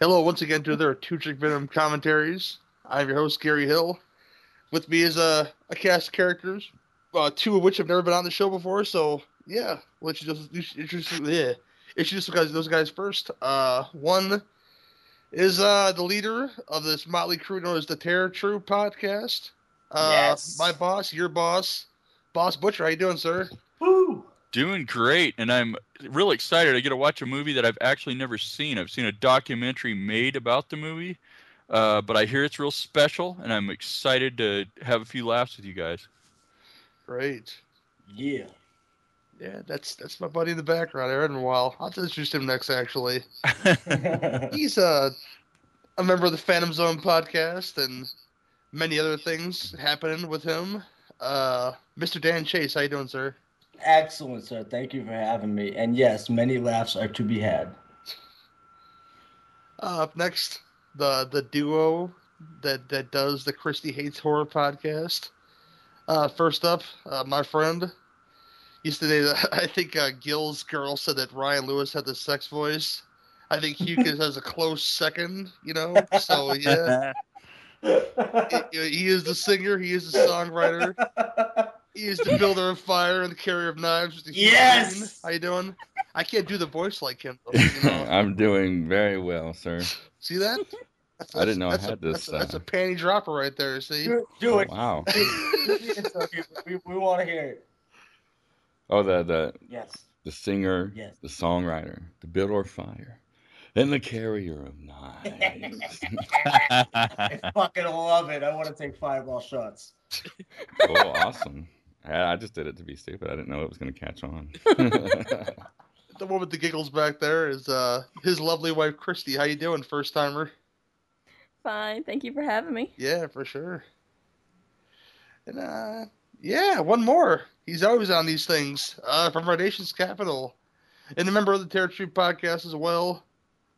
Hello, once again, to their Two Chick Venom commentaries. I'm your host, Gary Hill. With me is uh, a cast of characters, uh, two of which have never been on the show before. So, yeah, we'll let you just you should introduce, yeah, introduce those guys, those guys first. Uh, one is uh, the leader of this motley crew known as the Terror Troop podcast. Uh, Yes. My boss, your boss, Boss Butcher. How you doing, sir? Woo! Doing great, and I'm really excited. I get to watch a movie that I've actually never seen. I've seen a documentary made about the movie, uh, but I hear it's real special, and I'm excited to have a few laughs with you guys. Great. Yeah. Yeah, that's that's my buddy in the background. I heard him a while. I'll have to introduce him next, actually. He's a a member of the Phantom Zone podcast and many other things happening with him. Uh, Mr. Dan Chase, how you doing, sir? Excellent, sir. Thank you for having me. And yes, many laughs are to be had. Uh, up next, the the duo that that does the Christie Hates Horror podcast. Uh, first up, uh, my friend. Yesterday, I think uh, Gil's girl said that Ryan Lewis had the sex voice. I think Hughes has a close second, you know. So yeah, he he is the singer. He is the songwriter. He is the builder of fire and the carrier of knives. Mr. Hugh Yes! Green. How you doing? I can't do the voice like him. Though, you know? I'm doing very well, sir. See that? That's- I didn't know I that's a- had this, That's a, that's uh, a panty dropper right there. See? do, do it. Oh, Wow. we want to hear it. Oh, the the Yes. the singer, Yes. the songwriter, the builder of fire, and the carrier of knives. I fucking love it. I want to take fireball shots. oh, awesome. I I just did it to be stupid. I didn't know it was going to catch on. The one with the giggles back there is uh his lovely wife Christy. How you doing, first timer? Fine, thank you for having me. Yeah, for sure. And uh yeah, one more. He's always on these things. Uh from our nation's capital. And a member of the Terror Troop podcast as well.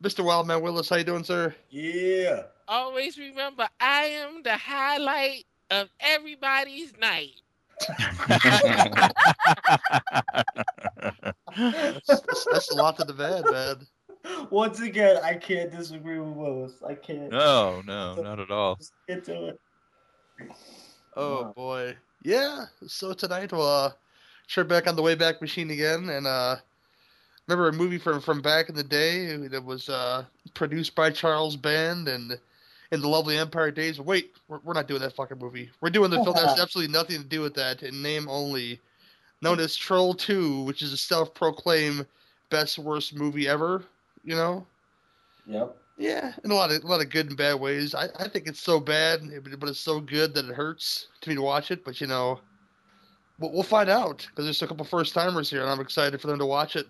Mr. Wildman Willis, how you doing, sir? Yeah. always remember I am the highlight of everybody's night. That's, that's, that's a lot to the bad, man. Once again, I can't disagree with Willis. I can't no, no, not at all. Just get to it. Oh Wow. boy. Yeah. So tonight we'll uh trip back on the way back machine again and uh remember a movie from from back in the day that was uh produced by Charles Band and in the lovely Empire days. Wait, we're, we're not doing that fucking movie. We're doing the film that has absolutely nothing to do with that in name only. Known as Troll 2, which is a self proclaimed best worst movie ever, you know? Yep. Yeah, in a lot of a lot of good and bad ways. I, I think it's so bad, but it's so good that it hurts to me to watch it. But you know, we'll, we'll find out because there's a couple first timers here, and I'm excited for them to watch it.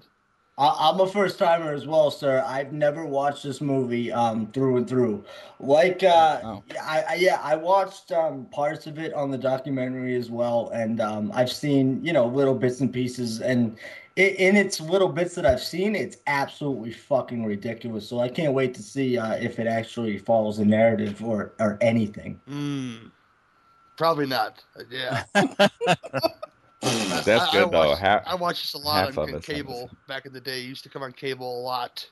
I- I'm a first timer as well, sir. I've never watched this movie um, through and through. Like, uh, Wow. yeah, I, I, yeah, I watched um, parts of it on the documentary as well, and um, I've seen you know little bits and pieces. And i in its little bits that I've seen, it's absolutely fucking ridiculous. So I can't wait to see uh, if it actually follows a narrative or or anything. Mm. Probably not. Uh, Yeah, That's I- I good, though. watched- Ha- I watched this a lot half on, of on it's not cable back in the day. It used to come on cable a lot,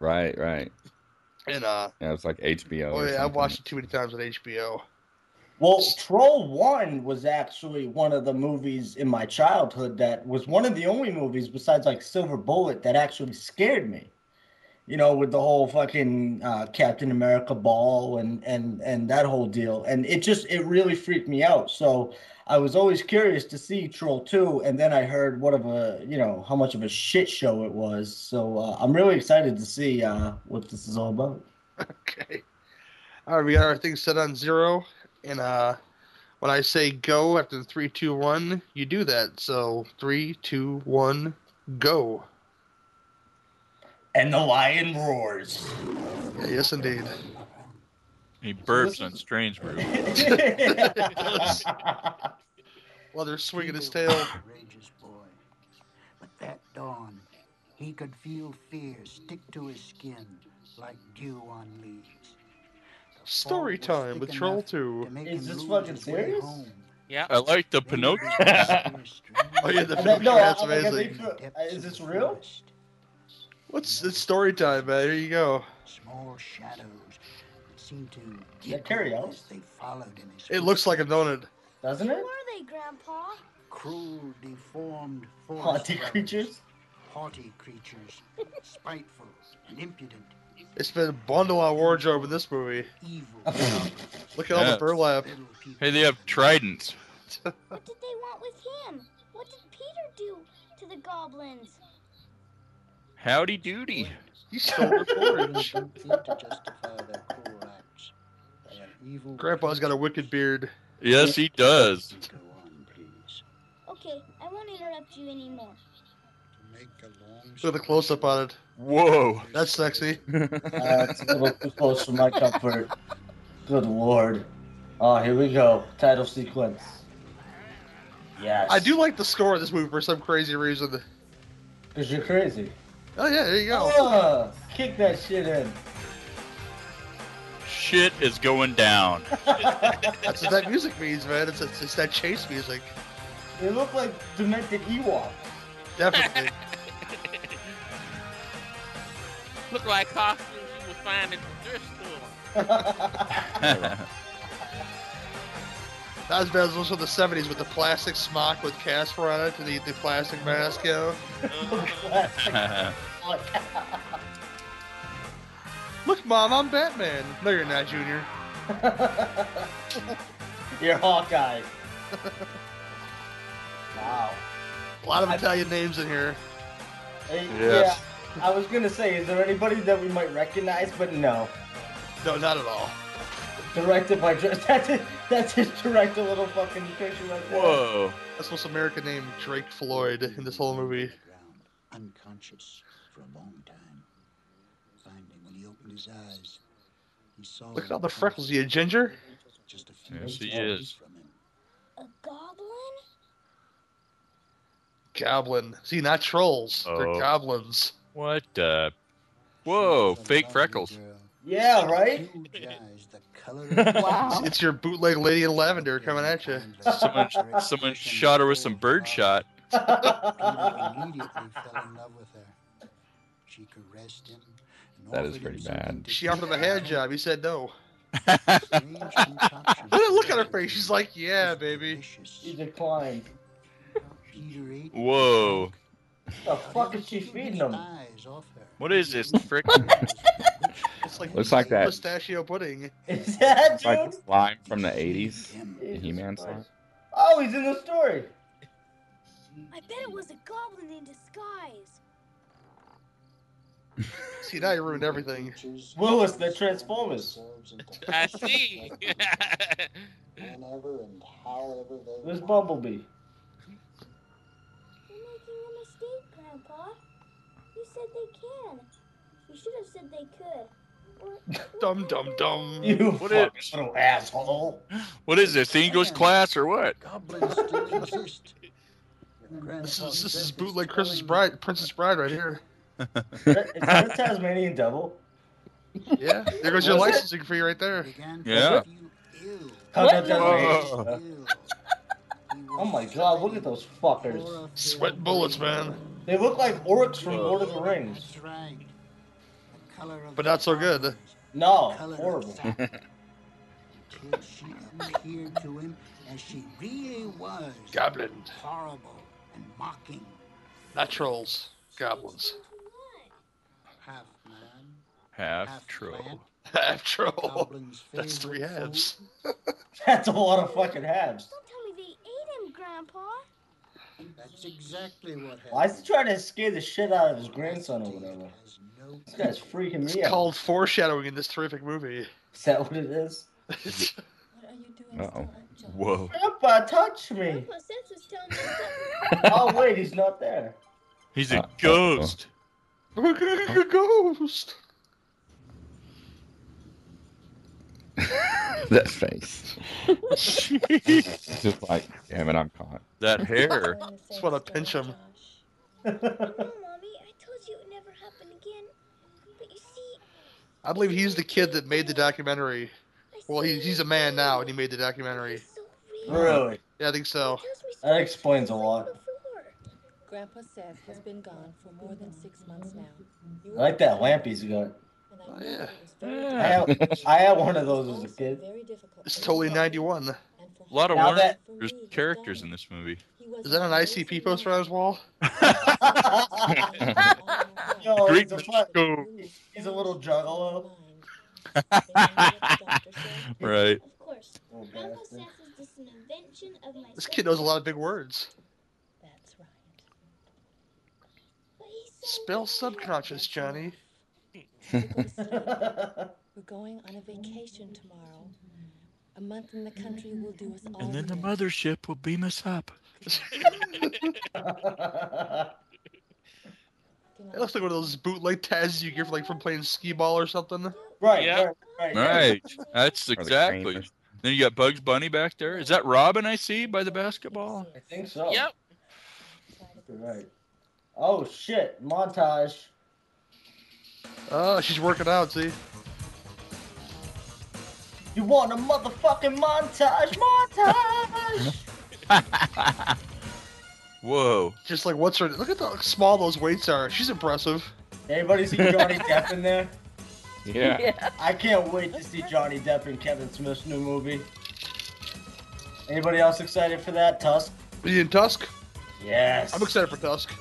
right, right. and uh, Yeah, it's like HBO. oh or yeah, I something. watched it too many times on HBO. Well, Troll One was actually one of the movies in my childhood that was one of the only movies besides like Silver Bullet that actually scared me. You know, with the whole fucking uh, Captain America ball and and and that whole deal, and it just it really freaked me out. So I was always curious to see Troll Two, and then I heard what of a you know how much of a shit show it was. So uh, I'm really excited to see uh, what this is all about. Okay. All right, we got our thing set on zero, and uh, when I say go after the three, two, one, you do that. So three, two, one, go. And the lion roars. Yeah, yes, indeed. He burps on strange brew. While they're swinging his tail. Courageous boy. But that dawn, he could feel fear stick to his skin like dew on leaves. The Story fog was time thick with enough Troll Two. to make Is him this lose fucking his way serious? home. Yeah. I like the Then Pinocchio. he began to steer Oh yeah, the I bet- film no, I- that's I'm like, I amazing. think- straight in the Uh, Is depths of this the real? forest. What's it's story time, man? Here you go. small shadows that seemed to Yeah, giggle carry out. as they followed in his It looks like a donut. doesn't Who it? are they, Grandpa? cruel, deformed, forest Haunted dwellers, creatures. haughty creatures, spiteful and impudent, It's been a bundle on wardrobe in this movie. evil. Look at all Yeah. the burlap. little people. Hey, they have tridents. What did they want with him? What did Peter do to the goblins? Howdy doody. He stole the porridge. Don't think to justify their cruel acts. They are evil Grandpa's got a wicked beard. Yes, he does. Go on, please. Okay, I won't interrupt you anymore. To make a long Look at the story close up on it. Whoa. That's sexy. Uh, it's a little too close for my comfort. Good lord. Oh, here we go. Title sequence. Yes. I do like the score of this movie for some crazy reason. Because you're crazy. Oh yeah, there you go. Oh, kick that shit in. Shit is going down. That's what that music means, man. It's, it's, it's that chase music. They look like demented Ewok. Definitely. Look like costumes you would find at the thrift store. Not as bad as those from the 70s with the plastic smock with Casper on it and the, the plastic mask, you know? Uh, Look, Mom, I'm Batman. No, you're not, Junior. You're Hawkeye. wow. A lot of Italian names in here. Hey, Yes. Yeah. I was gonna say, is there anybody that we might recognize? But no. No, not at all. Directed by Dr- that's it. That's his direct a little fucking picture right there. Whoa. That's most American name, Drake Floyd, in this whole movie. Unconscious for a long time. Finally, when he opened his eyes, he saw. Look at all the freckles, you ginger. Just a few Yes, he inches is. From him. A goblin? Goblin. See, not trolls. They're Oh. goblins. What the? Whoa, She was a fake lovely freckles. girl. Yeah, right. Huge eyes, the color of Wow. It's your bootleg lady in lavender coming at you. Someone, someone shot her with some bird shot. Peter immediately fell in love with her. She caressed him. And That is offered him pretty something bad. to She offered him a drink. hand job. He said no. Strange concoction Look at- look at her face. She's like, yeah, was baby. delicious. He declined. Peter ate Whoa. The fuck is she feeding him? Eyes off her. What is this? Frick. It's like Looks like that. pistachio pudding. Is that dude? like slime from the 80s. Him. Jesus He-Man Christ. song? Oh, he's in the story. I bet it was a goblin in disguise. See, now you ruined everything. Willis, the Transformers. I see. Whenever and however they There's want. Bumblebee. You're making a mistake, Grandpa. You said they can. You should have said they could. Or- Dum dum dum. You What fucking little asshole. What is this? English class or what? Goblins still exist. This is this is bootleg Christmas Bride, Princess Bride right here. Is that a Tasmanian devil? Yeah, there goes your Was it? licensing fee right there. Yeah. How's that Whoa. Tasmanian? Oh my god, look at those fuckers. Sweat bullets, man. They look like orcs from Lord of the Rings. That's right. The color of But their not so good. eyes, No, the color of Oh, horrible. sap. Until she appeared to him as she really was. Goblin, Horrible and mocking. not trolls. Goblins. Half man, Half half troll. plant. Half Oh, troll. Goblin's That's three favorite halves. food. That's a lot of fucking halves. Don't tell me they ate him, Grandpa. That's exactly what happened. Why is he trying to scare the shit out of his grandson or whatever? Has no This guy's freaking It's me out. called foreshadowing in this terrific movie. Is that what it is? What are you doing? Uh-oh. still up, John? Whoa. Grandpa, touch me. Grandpa Seth was telling me something. Oh, wait, he's not there. He's Uh, a oh, oh. ghost. Look at the ghost. that face. It's just like, damn it, I'm caught. That hair. Just wanna pinch him. No, Mommy, I told you it would never happen again. But you see, I believe he's the kid that made the documentary. I Well, see he, he's it a man now, and he too. made the It's documentary. so real. really? Yeah, I think so. It tells me That stories explains a like lot. before. Grandpa Seth has been gone for more than six months now. You I like that lamp he's got. and I Oh, knew yeah. that it was very Yeah. I difficult. had, I had one of It was those as a also kid. very difficult It's for totally Bob, 91. and for A lot him, of Now Warner that- for Brothers me, characters Donald. in this movie. He was Is that an an amazing ICP poster man. on his wall? Yo, Great he's a, fu- Go. he's a little juggalo. right. Of course. Little Grandpa bastard. Seth is just an invention of my This kid knows a lot of big words. That's right. But he's so Spell weird. subconscious, Johnny. We're going on a vacation tomorrow. A month in the country will do us all. And then the good. mothership will beam us up. Good It night. looks like one of those bootleg tabs you get like from playing skee ball or something. right, Yeah. right, right, Right. That's Or the exactly. Kramer. Then you got Bugs Bunny back there. Is that Robin I see by the basketball? I think so. Yep. You're Right. Oh shit! Montage. Oh, she's working out, see? You want a motherfucking montage? Montage. Whoa. Just like, what's her. Look at how small those weights are. She's impressive. Anybody see Johnny Depp in there? Yeah. I can't wait to see Johnny Depp in Kevin Smith's new movie. Anybody else excited for that? Tusk. Ian Tusk? Yes. I'm excited for Tusk.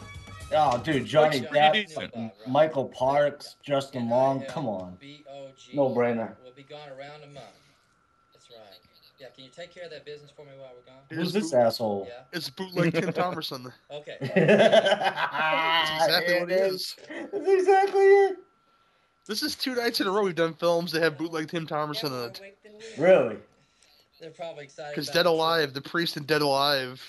Oh, dude, Johnny Looks Depp, pretty decent. fucking Michael Parks, Justin Long. Come on. No brainer. We'll be gone around a month. That's right. Yeah, can you take care of that business for me while we're gone? Who's this asshole? Yeah. It's bootleg Tim Thomerson. Okay. That's exactly what it is. That's exactly it. This is two nights in a row we've done films that have bootleg Tim Thomerson in it. Really? They're probably excited. Because about Dead the trip. Alive, the priest in Dead Alive,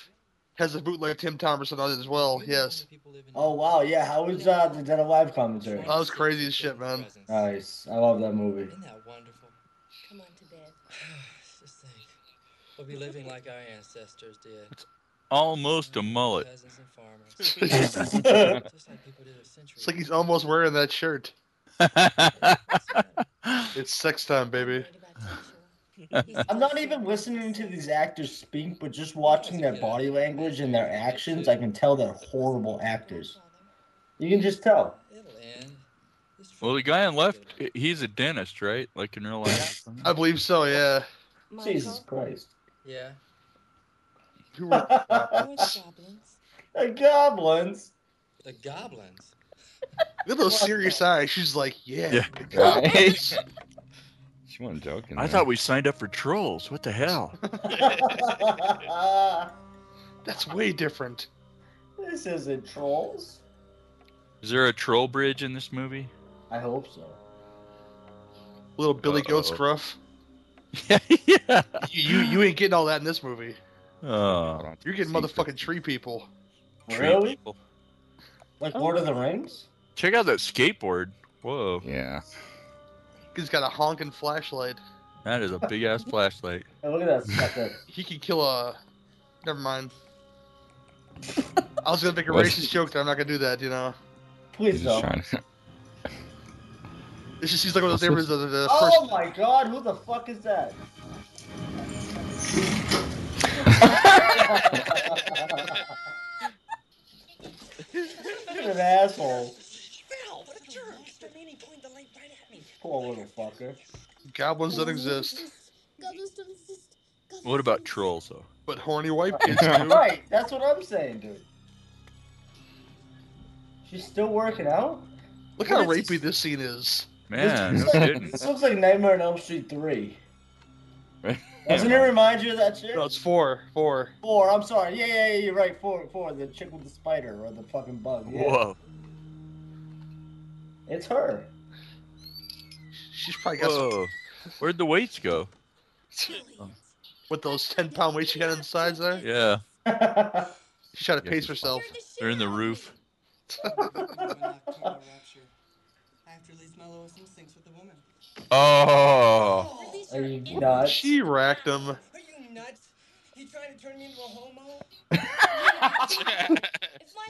has a bootleg Tim Thomerson on it as well. You know how Yes. many people live in- Oh wow, yeah. How was uh, the Dead Alive commentary? That was crazy as shit, man. Presents. Nice. I love that movie. Isn't that wonderful? Come on to bed. Just think. We'll be living like our ancestors did. Almost a mullet. Peasants and farmers. it's Just like people did a century like he's ago. almost wearing that shirt. yeah. It's sex time, baby. Worried about sexual. He's I'm not still even so- listening to these actors speak, but just watching their body language and their actions, I can tell they're horrible actors. You can just tell. It'll end. This trip Well, the will guy on be left, good. he's a dentist, right? Like in real life. I believe so, yeah. Michael, Jesus Christ. Yeah. Who were- the who are the goblins? goblins. The goblins. Look at those serious eyes. She's like, yeah. Right? she wasn't joking. I man. thought we signed up for trolls. What the hell? That's way different. this isn't trolls. Is there a troll bridge in this movie? I hope so. Little Billy Goat Uh-oh. Scruff. yeah. You, you you ain't getting all that in this movie. Oh. You're getting motherfucking tree people. Tree Really? people. Like Lord of the Rings? Check out that skateboard. Whoa. Yeah. He's got a honking flashlight. That is a big ass flashlight. Hey, look at that sucker. He could kill a. Never mind. I was gonna make a What? racist joke, but I'm not gonna do that. You know, Please Just don't. trying to. it's just he's like one of those neighbors that are the first. Oh my god, who the fuck is that? You're an asshole. Phil, what a jerk! Mr. Meany pointed the light right at me. Poor little fucker. Goblins don't exist, Goblins don't exist. Goblins What don't about exist. trolls though? but horny white kids do. Right, that's what I'm saying, dude. She's still working out? Look how rapey this scene is. Man, this, no looks like, kidding. this looks like Nightmare on Elm Street 3. Right. Doesn't it remind you of that shit? No, it's four, four. Four, I'm sorry. Yeah, yeah, yeah, you're right. Four, four. The chick with the spider or the fucking bug. Yeah. Whoa. It's her. She's probably got some, Whoa. Where'd the weights go? Aliens. with those ten pound weights she had on the sides there. Yeah. That's She tried to Yeah. pace herself. They're in the roof. I have to release my lowest instincts with the woman. Oh. Oh, Are you nuts? She racked him. are you nuts? You trying to turn me into a homo? If my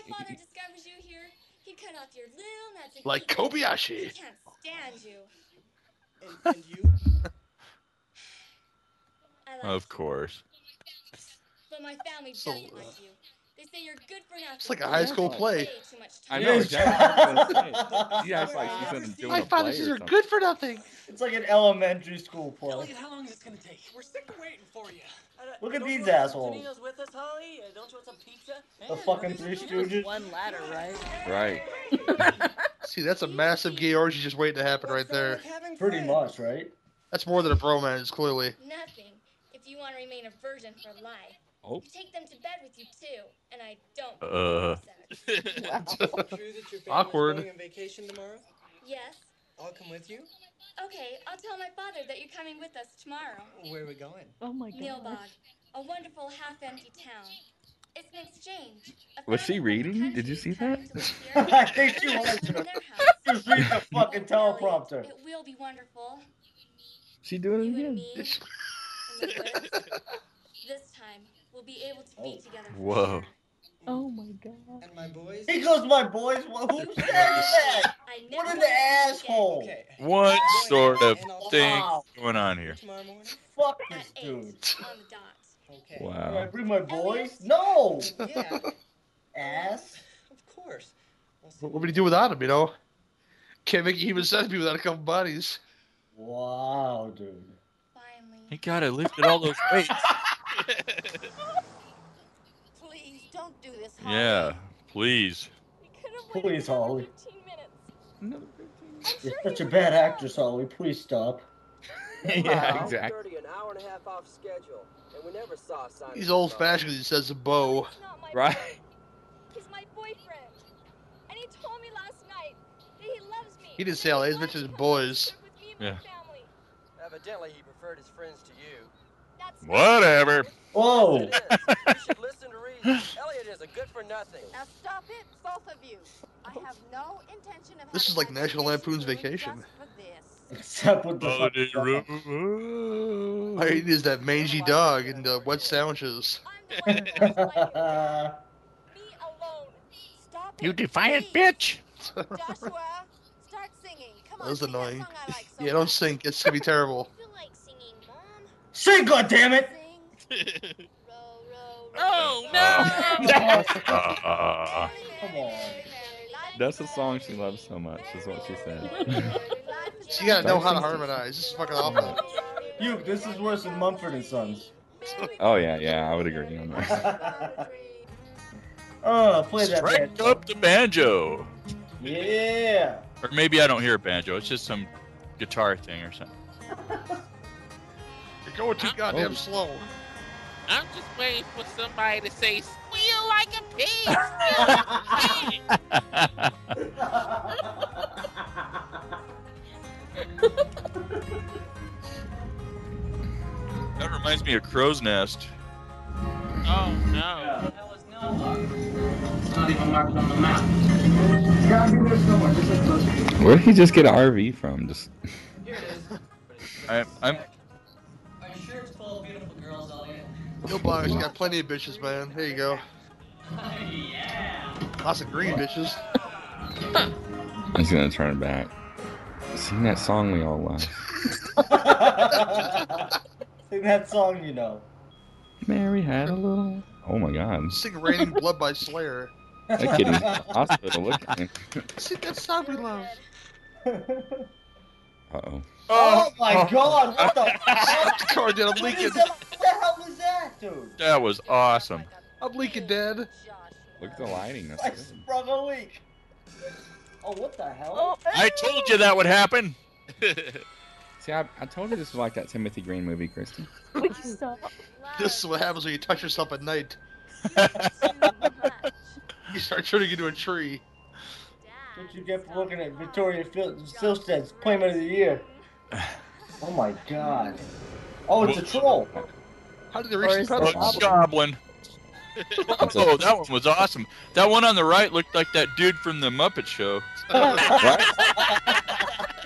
father discovers you here, he'd cut off your little nuts and Like eat them. He Kobayashi. can't stand you. And, and you? I like Of you, course. but my family So, doesn't uh, like you. They say say you're good for nothing. It's like a high school play. Way too much I time. know Yes. exactly what I'm gonna say. She acts like she's in a doing My a play father says or you're something. good for nothing. It's like an elementary school play. Elliot, how long is this gonna take? We're sick of waiting for you. Uh, Look at don't these you want assholes. Toninos with us, Holly? Uh, don't you want some pizza? The fucking Three Stooges. One ladder, right? Right. See, that's a massive gay orgy just waiting to happen right there. Pretty much, right? That's more than a bromance, clearly. Nothing. If you want to remain a virgin for life, Oh. you take them to bed with you too, and I don't. Uh. Sex. True that your family's Awkward. going on vacation tomorrow? Yes. I'll come with you. Okay, I'll tell my father that you're coming with us tomorrow. Where are we going? Oh my god. Nilbog, a wonderful half-empty town. It's an exchange. a Was she family from the reading? Did you country see that? coming to live here. I think she was. Live in their house. Just read the fucking Oh, teleprompter. Elliot, It will be wonderful. She doing it You and again. me in the woods. This time, we'll be able to Oh. be together. for Whoa. sure. Oh my god. And my boys? He goes, my boys. Well, who said that? I never What want an to see you again. asshole! Okay. What I'm going sort of and I'll- thing Wow. going on here? Tomorrow morning? Fuck At this eight dude. on the dot. Okay. Do I Wow. bring my boys? No, Yeah, ass. of course. I'll see What you would he do without him, you know? Can't make a human centipede without a couple bodies. Wow, dude. Finally. Thank God I lifted all those weights. Please don't do this. Holly. Yeah, please. We could have Please, Holly. Another 15. You're such a bad actress, Holly. Please stop. yeah, Wow. exactly. an hour and a half off schedule, and we never saw a sign. He's old fashioned. He says a Oh, bow. Right. He's my boyfriend. And he told me last night that he loves me. He didn't say all that. He's mentioned his boys. Yeah. Evidently, he preferred his friends to you. Whatever. Whoa. It is. you should listen to reason. Elliot is a good for nothing. Now stop it, both of you. I have no intention of. This is having like my National Lampoon's Vacation. vacation ruined just for this. Except with the Oh, Holiday fucking- room. All he needs is that mangy dog and uh, wet sandwiches. Stop You it, defiant please. bitch. Joshua, start singing. Come That on, was sing annoying. That song I like so Yeah, don't much. sink. It's gonna be terrible. feel like singing, Mom. Sing, goddammit! Sing. Row, row, row. oh Oh. no! Ah. Come on. That's a song she loves so much, is what she said. She gotta know how to Don't sink. harmonize. This is fucking awful. You, this is worse than Mumford and Sons. oh, yeah, yeah, I would agree on that. Oh, play that. Strike bad up the banjo. boy. Yeah. Or maybe I don't hear a banjo. It's just some guitar thing or something. You're going too goddamn Oh. slow. I'm just waiting for somebody to say squeal like a pig. Squeal like a pig. That reminds me of Crow's Nest. Oh no! Where did he just get an RV from? Just Here it is. I, I'm Are you sure it's full of beautiful girls, Elliot? No box. You got plenty of bitches, man. Here you go. Lots of green bitches. I'm just gonna turn it back. Sing that song we all love. Sing that song, you know. Mary had a little. Oh my God! Sing "Raining Blood" by Slayer. That kid in the hospital. Look. Uh Sing that song we love. oh. oh my god, what the fuck? Goddamn, I'm What, is leaking. that? what the hell is that, dude? That was awesome. I'm leaking, Dad. Look at the lighting. That's I good. sprung a leak. Oh, what the hell? I told you that would happen. See, I, I told you this was like that Timothy Green movie, Kristen. Would you stop? This is what happens when you touch yourself at night. You start turning into a tree. What you get for looking at Victoria Phil- Silstead's Playman of the Year? Oh my god. Oh, it's a troll. How did they reach Or the is pedal? it- Oh, Goblin. That's a- Oh, that one was awesome. That one on the right looked like that dude from the Muppet Show. What?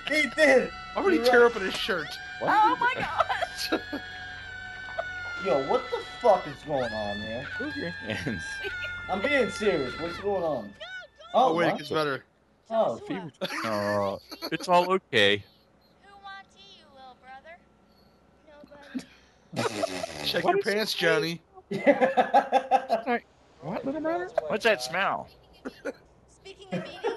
He did. Why would he tear open his shirt? What? Oh my god. Yo, what the fuck is going on, man? Move your hands. I'm being serious. What's going on? Oh, Oh, wait, it what? gets better. oh, Joshua, Oh, it's all okay. Who wants you, little brother? Nobody. Check your pants, Johnny. yeah. Like, what? that little man? What's that smell? Speaking of eating, do you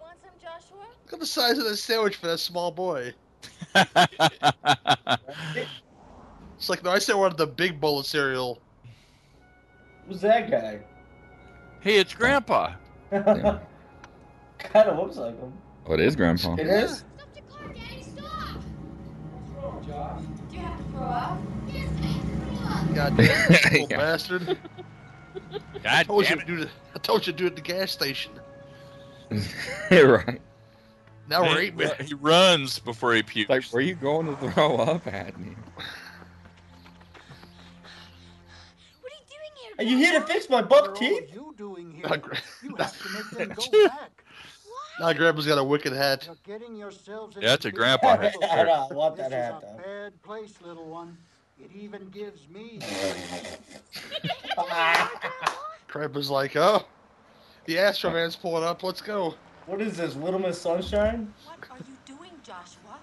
want some, Joshua? Look at the size of that sandwich for that small boy. it's like, no, I said one of the big bowl of cereal. Who's that guy? Hey, it's Grandpa. kind of looks like him. Oh, it is Grandpa. It is. Do you have to throw up? Yes, God damn it, little Yeah. bastard. I God told damn you it. to do the, I told you to do it at the gas station. right. Now we're He- eight minutes. He runs before he pukes. Like, where you going to throw up at me? What are you doing here? Are you here to fix my What buck are teeth? all you doing Now, here? Gra- You have to make them go back. now Grandpa's got a wicked hat. You're getting yourselves Yeah, that's a into big grandpa trouble. hat. I don't want This that is hat. a though. bad place, little one. It even gives me. Grandpa's like, oh, the Astro Man's pulling up. Let's go. What is this, Little Miss Sunshine? What are you doing, Joshua?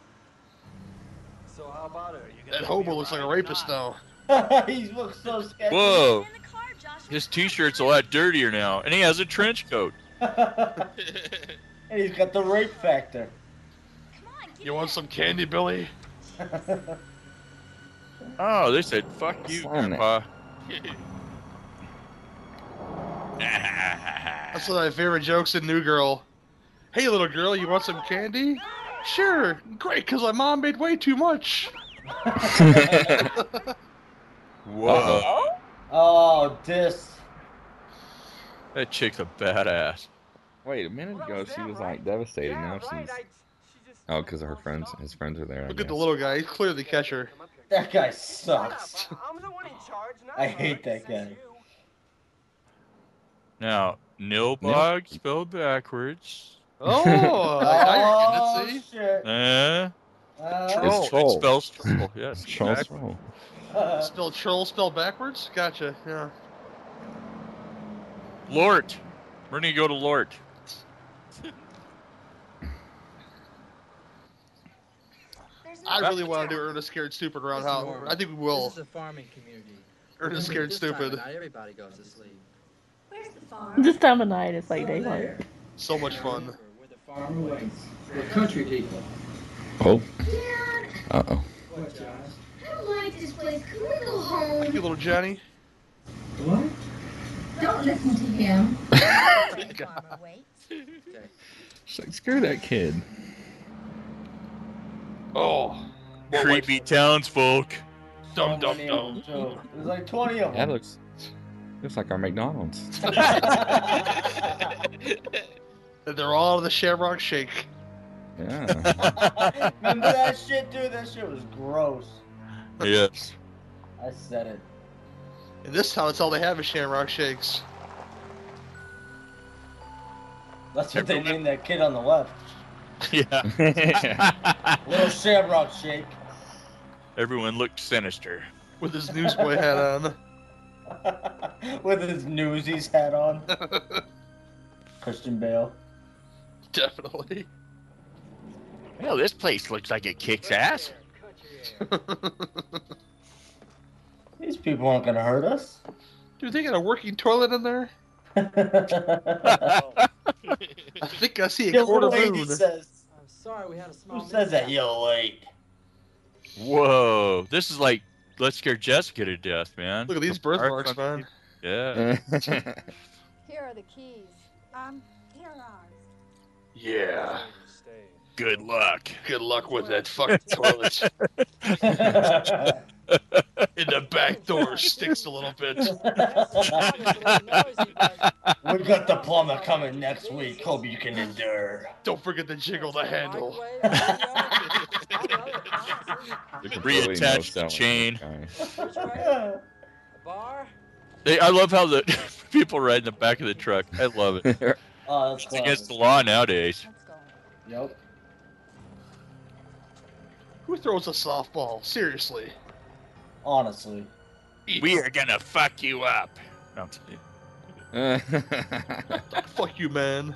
So how about her? You gonna That let hobo me looks like ride a or rapist not? now. he looks so sketchy. Whoa. in the car, Joshua. His t-shirt's a lot dirtier now, and he has a trench coat. and he's got the rape factor. Come on, get You want some candy, Billy? Oh, they said, "Fuck you, Simon. Grandpa." That's one of my favorite jokes in New Girl. Hey, little girl, you want some candy? Sure. Great, because my mom made way too much. Whoa, Oh, this. that chick's a badass. Wait, a minute ago she was like devastated. Now she's oh, because her friends, his friends are there. I Look at the guess. little guy. He's clearly the catcher. That guy sucks. I'm the one in charge, not I her. hate that guy. Now, Nilbog spelled backwards. Oh, I, I, oh, let's see. shit. Eh? Uh, Troll. It spells troll. Yes. Troll, exactly. troll. uh, Spell troll, spell backwards. Gotcha. Yeah. Lort. We're gonna go to Lort. There's I no- really want to do Ernest Scared Stupid around This is how normal. I think we This will. is a farming community. Ernest Remember, Scared this time of Stupid. night, everybody goes to sleep. Where's the farm? This time of night, it's like Over daylight. there. So much fun. Remember, We're the farm boys. We're country people. Oh, Dad, uh oh. What, Josh? I don't like this place. Can we go Thank home? you, little Johnny. What? Don't listen to him. Farmer waits. Okay. She's like, screw that kid. Oh, Creepy townsfolk. dum so dum many of dum. them, too. There's like 20 of That them. looks looks like our McDonald's. They're all the Shamrock Shake. Yeah. Remember that shit, dude? That shit was gross. Yes. I said it. And this town, it's all they have is Shamrock Shakes. That's what they Everyone- named that kid on the left. Yeah. Little Shamrock Shake. Everyone looked sinister. With his newsboy hat on. With his newsies hat on. Christian Bale. Definitely. Well, this place looks like it kicks ass. These people aren't gonna hurt us. Dude, they got a working toilet in there? I think I see a Yo, quarter lady moon. says. I'm sorry, we had a small. Who says that? Yo, late. Whoa. This is like let's scare Jessica to death, man. Look at these birthmarks, man. Yeah. That's Here are the keys. Um, here are. Yeah. Good luck. Good luck with that fucking toilet. And the back door sticks a little bit. we got the plumber coming next week. Hope you can endure. Don't forget to jiggle the handle. completely Reattach the selling chain. guy. Bar? They, I love how the people ride in the back of the truck. I love it. Oh, that's It's against the clever. law nowadays. Let's go. Yep. Who throws a softball? Seriously. Honestly. We are gonna fuck you up. No. Fuck you, man.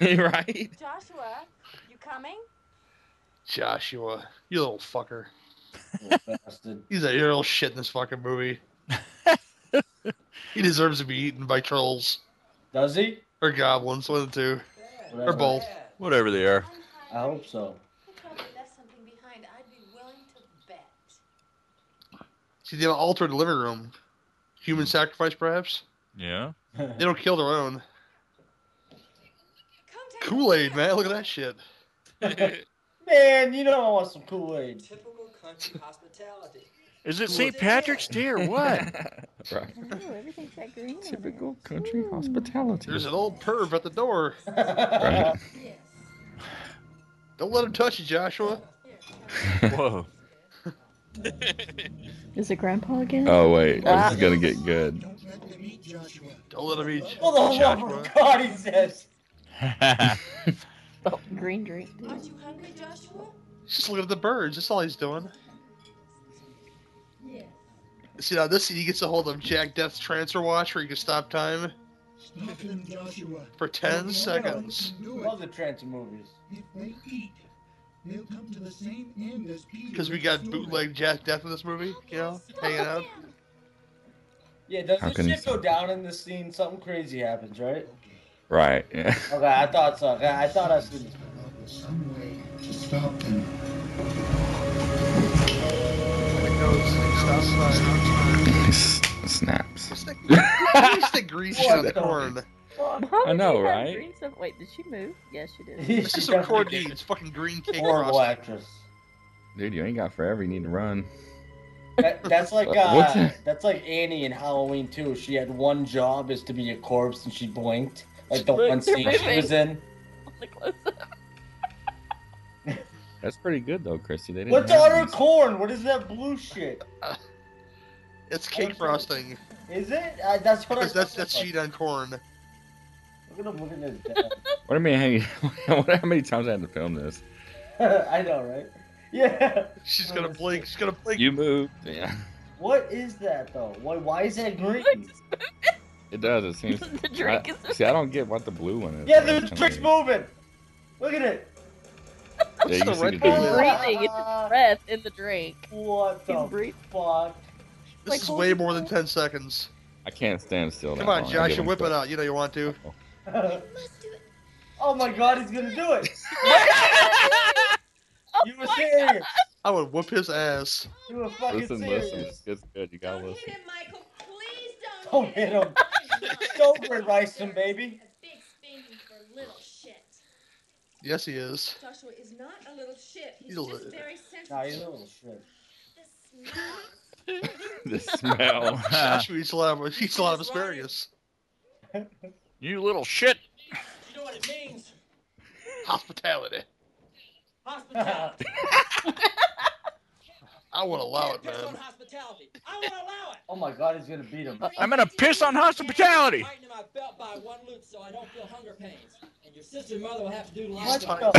right? Joshua, you coming? Joshua, you little fucker. Little bastard. He's a real shit in this fucking movie. he deserves to be eaten by trolls. Does he? Or goblins, one of the two. Whatever. Or both. Whatever they are. I Oh. hope so. Probably left something behind. I'd be willing to bet. See, they have an altar in the living room. Human sacrifice, perhaps? Yeah. They don't kill their own. Kool Aid, man. Look at that shit. Man, you know I want some Kool Aid. Typical country hospitality. Is it St. Patrick's Day or what? Right. Ooh, everything's that green. Typical country hospitality. There's an old perv at the door. Right. Don't let him touch you, Joshua. Whoa. Is it Grandpa again? Oh wait, this is gonna get good. Don't let him eat you, For the love Joshua. of God, he says. Oh, green drink. Aren't you hungry, Joshua? He's just looking at the birds. That's all he's doing. See, now this he gets a hold of Jack Death's transfer watch where you can stop time Stop him, Joshua. for 10 seconds. Love the Transom movies. If they eat, they'll come to the same end as Peter. Because we got bootleg Jack Death in this movie, you know, hanging out. Yeah, does How this can- shit go down in this scene? Something crazy happens, right? Right. Yeah. Okay, I thought so. Okay, I thought I was. Some way to stop them. S- Snaps. Where's the green shit on the What? corn? I know, right? Green Oh, stuff. Wait, did she move? Yes, she did. It's just some corn deeds. It's fucking green cake Horrible frosting. actress. Dude, you ain't got forever. You need to run. That, that's like What- what's uh, that? that's like Annie in Halloween too. She had one job is to be a corpse, and she blinked. Like the Look, one they're scene she was in. On the close-up. That's pretty good though, Christy. They didn't. What's have on her these. corn? What is that blue shit? It's cake frosting. Is it? Uh, that's what I. That's that's, that's thought. sheet on corn. Look at him looking at his What do you mean? How many, how many times I had to film this? dad. I know, right? Yeah. She's gonna blink. She's gonna blink. You moved. Yeah. What is that though? Why? Why is that green? It does. It seems. the drink I- is. see, I don't get what the blue one is. Yeah, though. the It's kinda trick's weird. moving. Look at it. Yeah, you the see red the button? dude. breathing. It's his breath in the drink. Ah, What He's the breathing. fuck? This Like, is hold way it more than ten seconds. I can't stand still. Come that on, long. I Josh, give you him whip it crap. out. You know you want to. Must do it. oh my god, he's gonna do it. Oh you were serious. I would whoop his ass. You were fucking Listen, serious. listen. It's good. You gotta listen. him, Michael. Please Don't hit him. Sober and rice him, A baby. big spanking for little shit. Yes, he is. Joshua is not a little shit. He's He's a just little- very Nah, he's a sensitive. little shit. The smell. the smell. Josh eats a lot of, eats a lot of asparagus. you little shit. You know what it means? Hospitality. Hospitality. I would allow it, Piss on man. hospitality. I won't allow it. Oh my god, he's gonna beat him. I'm gonna piss on hospitality. Tighten my belt by one loop so I don't feel hunger pains. And your sister and mother will have to do What lots the Oh of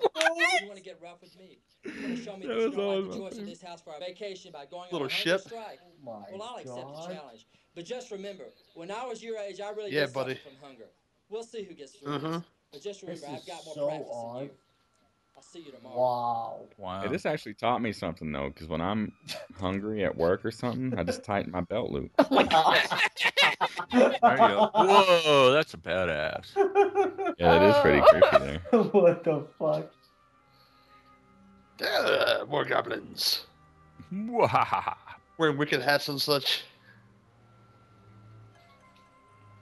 fuck? You want to get rough with me? You want to show me that, That you was don't always like my the choice of favorite. this house for a vacation by going Little on a hunger shit. strike? Oh my Well, I'll accept the god. challenge. But just remember, when I was your age, I really Yeah, did buddy. suffer from hunger. We'll see who gets through Uh-huh. this. But just remember, This I've is got more so practice than odd. you. I'll see you tomorrow. Wow. Wow. Hey, this actually taught me something though, because when I'm hungry at work or something, I just tighten my belt loop. There you go. Whoa, that's a badass. Yeah, that is pretty creepy there. what the fuck? Yeah, more goblins. Mwahaha. Wearing wicked hats and such.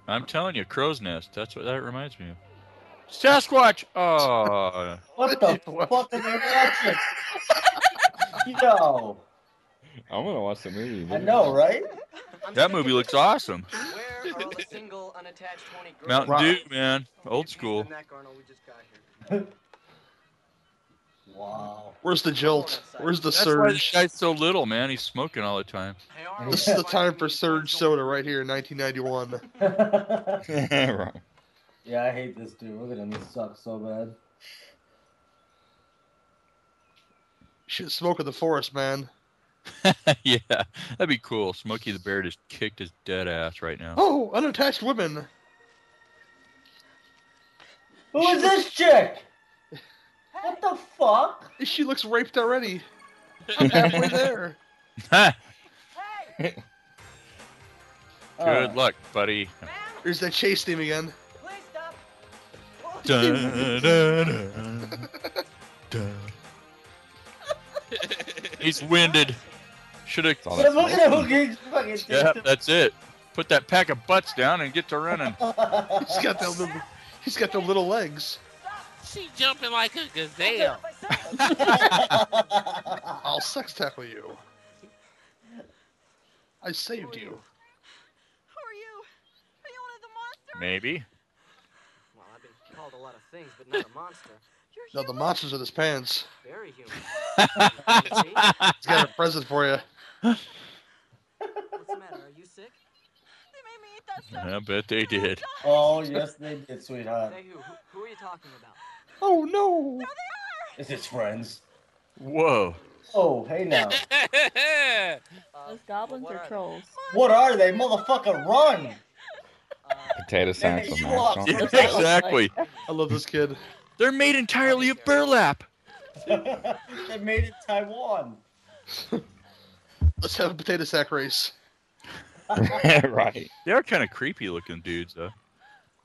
I'm telling you, crow's nest. That's what that reminds me of. Sasquatch. Oh, What the fuck are they watching? Yo, I'm gonna watch the movie. I man. know, right? that movie looks awesome. Where are all the single, unattached, horny girls? Mountain Wow. Dew, man. Old school. Than that, Garnell, we just got here. Wow. Where's the jolt? Where's the That's why surge? this guy's so little, man. He's smoking all the time. Hey, Arnold, This is the why time do for you surge guys soda right here in 1991. yeah, Right. I hate this dude. Look at him. He sucks so bad. Shit, smoke in the forest, man. yeah, that'd be cool. Smokey the Bear just kicked his dead ass right now. Oh, unattached women. Who is this chick? What the fuck? She looks raped Oh. already. I'm halfway there. Ha! Good luck, buddy. There's that chase theme again. Dun, dun, dun, dun. He's winded. Should have. But look at who gets fucking. Yeah, that's it. Put that pack of butts down and get to running. He's got that little. He's got the little legs. She jumping like a gazelle. I'll sex tackle you. I saved you. Maybe. Well, I've been called a lot of things, but not a monster. No, the monsters in his pants. Very human. He's got a present for you. What's the matter? Are you sick? I bet they did. Oh yes, they did, sweetheart. Say who? Who, who are you talking about? Oh no. It's his friends. Whoa. Oh hey now. Those goblins are trolls. What are they, motherfucker? Run! Potato sacks they with show up. mashed on. Yeah, it. exactly. I love this kid. They're made entirely of burlap. they made it Taiwan. Let's have a potato sack race. right. They are kind of creepy looking dudes, though.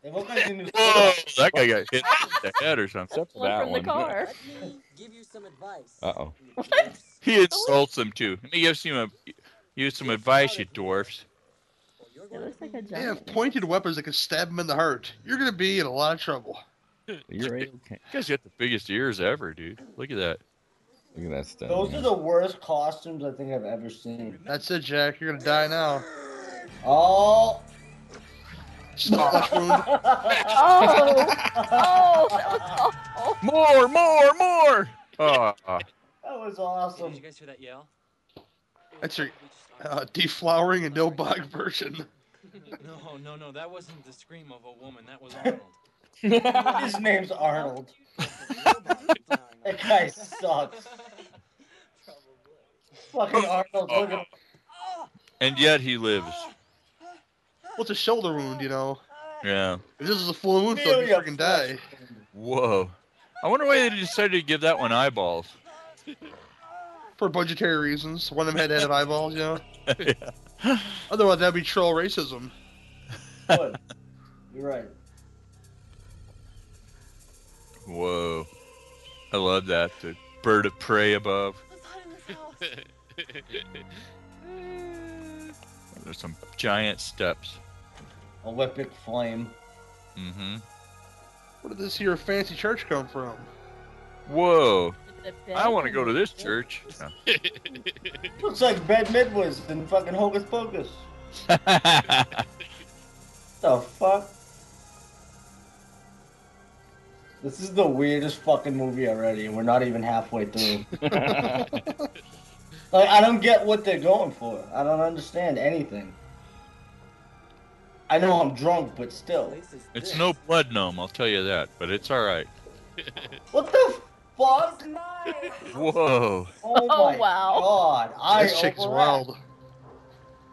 They look like the new. Whoa, that guy got hit in the head or something. Except for that from the one. car. Let me give you some advice. Uh oh. He insults them too. Let me give you a, you some advice, you dwarfs. It looks like a They giant. have pointed weapons that can stab him in the heart. You're gonna be in a lot of trouble. You're okay. You guys got the biggest ears ever, dude. Look at that. Look at that stuff. Those are the worst costumes I think I've ever seen. That's it, Jack. You're gonna die now. Oh. Splash wound. Oh, oh, that was awful. More, more, more. Oh, That was Did you awesome. guys hear that yell? That's your uh, deflowering and no bog version. No, no, no. That wasn't the scream of a woman. That was Arnold. His name's Arnold. That guy sucks. Fucking Arnold. Look at and yet he lives. Well, it's a shoulder wound, you know. Yeah. If this is a full wound, though, you freaking die. Whoa. I wonder why they decided to give that one eyeballs. For budgetary reasons. One of them had to have eyeballs, you know? Otherwise, that'd be troll racism. Good. You're right. Whoa. I love that. The bird of prey above. I'm hot in this house. There's some giant steps. Olympic flame. Mm-hmm. Where did this here fancy church come from? Whoa. I want to go to this church. Looks like Bed Midwest in fucking Hocus Pocus. The fuck? This is the weirdest fucking movie already, and we're not even halfway through. Like, I don't get what they're going for. I don't understand anything. I know I'm drunk, but still. Place is it's this. no blood gnome, I'll tell you that, but it's all right. What the fuck? Whoa. Oh, Oh, my wow. god. I this chick's overreact. wild.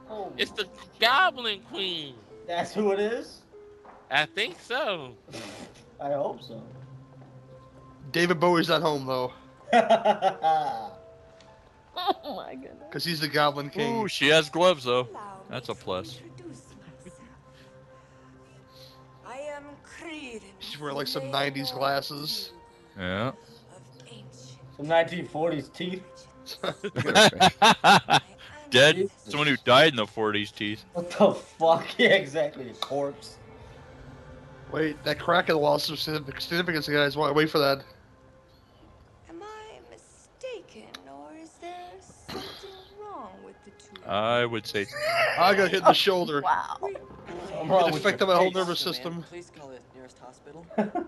Holy- It's the Goblin Queen. That's who it is? I think so. I hope so. David Bowie's not home, though, Oh my goodness. because he's the Goblin King. Ooh, she has gloves though. That's a plus. I am Creed. She's wearing like some 90s glasses. Yeah. Some 1940s teeth. Dead. Someone who died in the 40s, teeth. What the fuck? Yeah, exactly. A corpse. Wait, that crack in the wall is of signific- significance, guys. Wait, wait for that. Am I mistaken, or is there something wrong with the two? I would say. I got hit in the shoulder. Wow. Something It wrong with your affected my whole face. nervous Listen, system. Man, please call the nearest hospital. There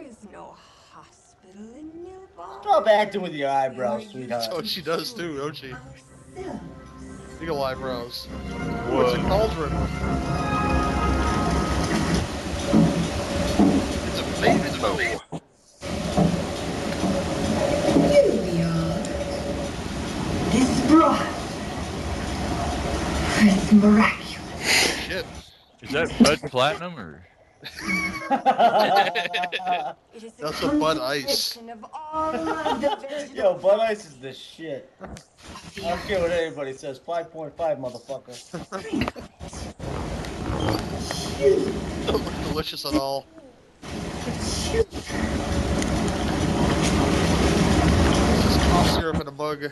is no hospital in Nilbog. Stop acting with your eyebrows, Oh, sweetheart. she does too, don't she? Ourselves. Big ol' eyebrows. Ooh, it's a Whoa. cauldron. It's a baby bow. You beyond this broth is miraculous. Shit. Is that Bud Platinum or? It is That's a Bud Ice. concentration of all of the Yo, vegetable Bud Ice is the shit. I don't care what anybody says. 5.5, motherfucker. Don't look delicious at all. This is cough syrup and a mug.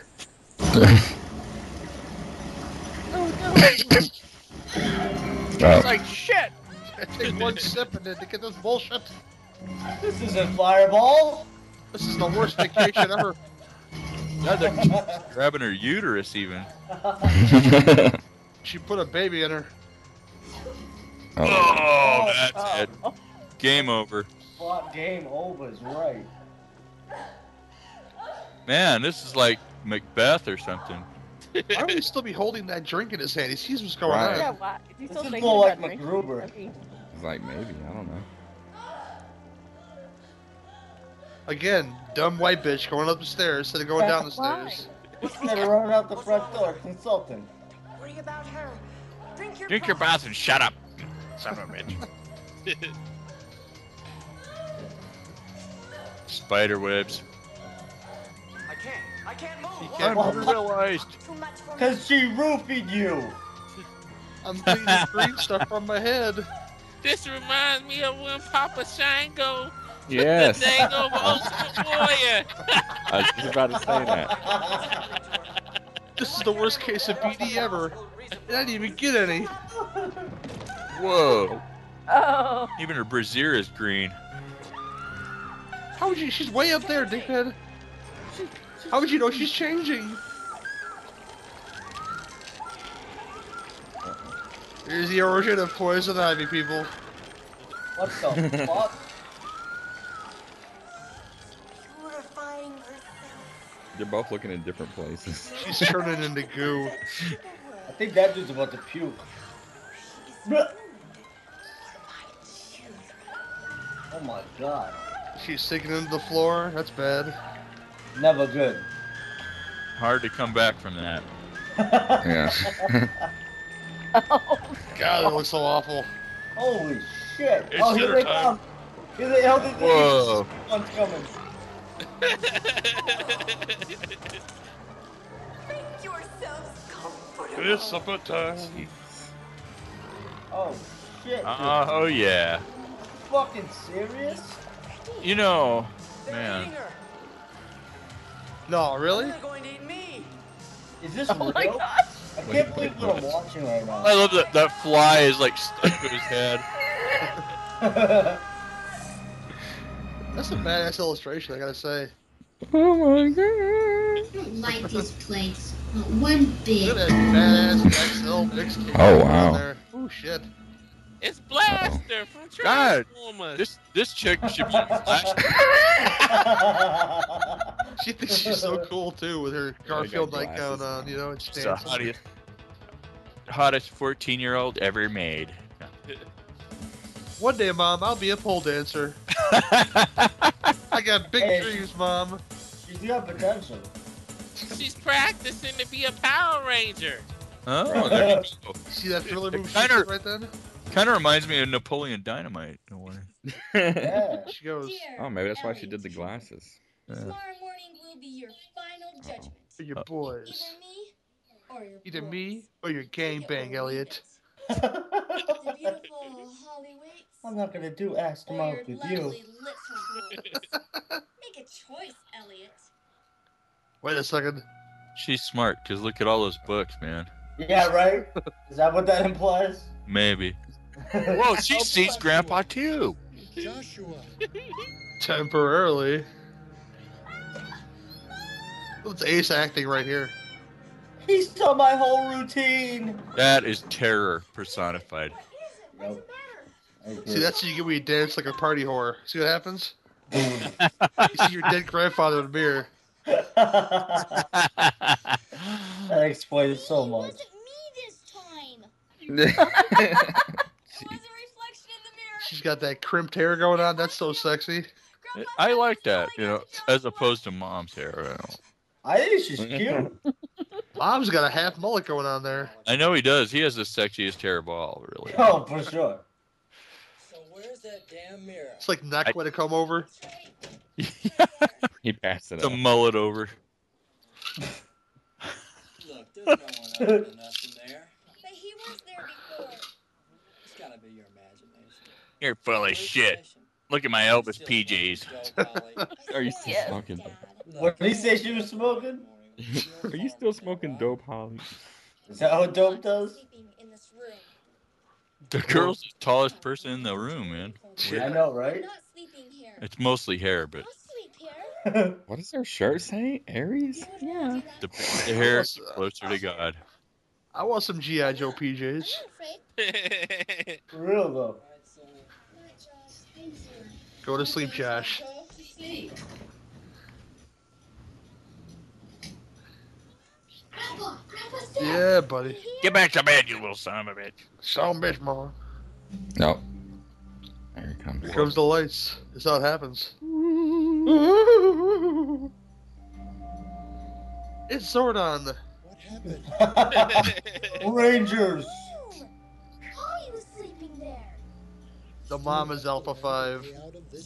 Oh. like shit. I take one sip and then to get this bullshit. This isn't fireball. This is the worst vacation ever. God, they're grabbing her uterus even. Oh, She put a baby in her. Oh, that's it. Game over. Fuck, game over is right. Man, this is like Macbeth or something. Why would he still be holding that drink in his hand? He sees what's going Right. Yeah, on. why? Is he This still is thinking more about like drinking? MacGruber. Okay. It's like maybe I don't know. Again, dumb white bitch going up the stairs instead of going down the stairs. Instead of running out the front door, consulting. Worry about her. Drink your Drink your bath. bath and shut up, son of a bitch. Spider webs. I can't. I can't move. can't Why? move. Realized. Too much for me. Cause she roofied you. I'm bleeding green stuff from my head. This reminds me of when Papa Shango Yes, dang over Ultimate Warrior. I was just about to say that. This is the worst case of BD ever. And I didn't even get any. Whoa. Oh. Even her brassiere is green. How would you? She's way up there, dickhead. How would you know she's changing? Here's the origin of poison ivy, people. What the fuck? Purifying herself. They're both looking in different places. She's turning into goo. I think that dude's about to puke. Bruh. Oh my god. She's sinking into the floor. That's bad. Never good. Hard to come back from that. Yeah. Oh. God, that looks so awful. Holy shit. It's oh, here dinner they time. come. Here they hell did they Whoa. One's coming. Make yourselves comfortable. supper time. Oh shit. dude. Oh yeah. fucking serious? You know, They're man. eating her. No, really? They're going to eat me. Is this Oh real? my gosh. I can't believe what I'm watching right I now. love that that fly is like stuck to his head. That's a badass illustration, I gotta say. Oh my god. like this place. Not one bit. Look at that badass XL mix cake. Oh, wow. Oh shit. It's Blaster from God, Transformers. This this chick should be flashed. She thinks she's so cool too with her Garfield nightgown glasses on, you know, and she's the dancing. hottest, hottest 14 year old ever made. One day, Mom, I'll be a pole dancer. I got big Hey. dreams, Mom. She's got potential. She's practicing to be a Power Ranger. Oh, there you go. See that thriller It movie she kinda- did right then? Kind of reminds me of Napoleon Dynamite in a way. Yeah. She goes, oh, maybe that's why she did the glasses. Oh, Tomorrow morning will be your final judgment. "For your boys. Either me or your Either boys. me or your Take it or gangbang, leave Elliot. it. The beautiful Holly waits. I'm not gonna do ass to or mouth your with you. lovely lips will rule. Make a choice, Elliot. Wait a second. She's smart because look at all those books, man. Yeah, right? Is that what that implies? Maybe. Whoa, she sees Grandpa too. Joshua, Temporarily. It's ace acting right here. He saw my whole routine. That is terror personified. What is it? Nope. What's the matter? See, that's what you get when you dance like a party whore. See what happens? You see your dead grandfather in the mirror. that explains so it much. wasn't me this time. Jeez. It was a reflection in the mirror. She's got that crimped hair going on. That's so sexy. I like that, you know, as opposed to mom's hair. I think she's cute. Mom's got a half mullet going on there. I know he does. He has the sexiest hair of all, really. oh, for sure. So where's that damn mirror? It's like not I- quite a comb over. he passed it The up. mullet over. Look, there's no one other than us in there. But he was there before. It's gotta be your magic. You're full of shit. Look at my Elvis PJs. Are you still smoking? What did he say she was smoking? Are you still smoking dope, Holly? Is that what dope does? The girl's the tallest person in the room, man. I know, right? It's mostly hair, but What does her shirt say? Aries? Yeah. the, the hair is closer to God. I want some GI Joe PJs. For real though. Go to sleep, Josh. Yeah, buddy. Get back to bed, you little son of a bitch. Son of a bitch, mama. No. There it comes. Here comes the lights. That's how it happens. It's Zordon. Rangers. Oh, he was sleeping there. The mom is Alpha 5. See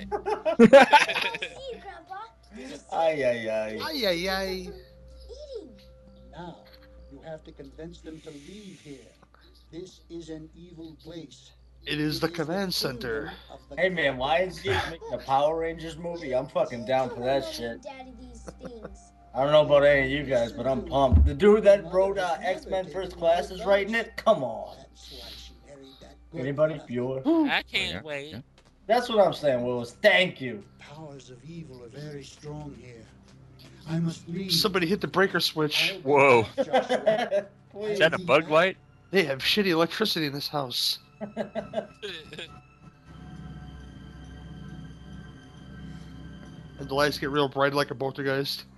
you, Grandpa. Ay ay ay. Ay, ay, ay. Eating. Now, you have to convince them to leave here. This is an evil place. It is the command center. Hey man, why is he making a Power Rangers movie? I'm fucking down for that shit. Daddy, these things. I don't know about any of you guys, but I'm pumped. The dude that wrote uh, X Men First Class is writing it. Come on. Anybody? Bueller. I can't wait. That's what I'm saying, Willis. Thank you. Powers of evil are very strong here. I must leave. Somebody hit the breaker switch. Whoa. Is Please. that a bug light? They have shitty electricity in this house. And the lights get real bright like a poltergeist.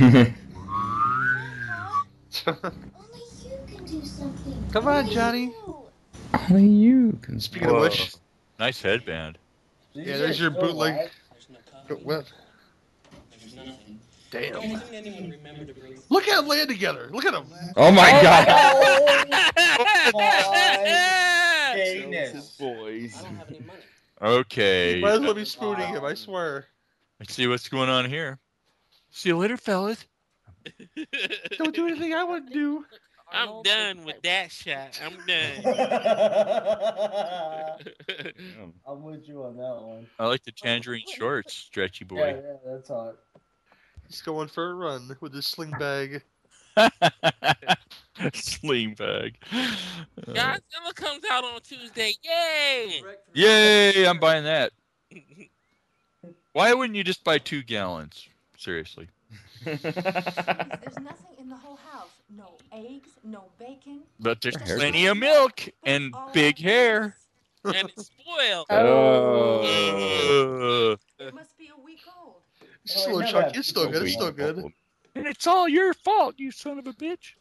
Only you can do something. Come on, Johnny. Only you can Speaking of which, Nice headband. yeah, there's your bootleg. There's no Go- coffee. what? There's nothing. Don't Damn. even anyone remember to bring. Look at them laying together. Look at them. Oh my god! Oh, I goodness. Boys. I don't have any money. Okay. Might as well be spooning him, I swear. Let's see what's going on here. See you later, fellas. Don't do anything I wouldn't do. Oh, am done with that shot. I'm Uh. done. I'm That's with you on that one. I like the tangerine shorts, stretchy Yeah, boy. yeah, that's hot. He's going for a run with his sling bag. Sling bag. Uh, Godzilla comes out on Tuesday. Yay! yay! I'm buying that. Why wouldn't you just buy two gallons? Seriously. Jeez, there's nothing in the whole house. No eggs, no bacon. But there's Her hair's- plenty of milk and All big this. hair. And it's spoiled. Oh. Uh, It must be a week old. Slow Oh, no, chuck. that- It's still good. It's still good. and it's all your fault, you son of a bitch.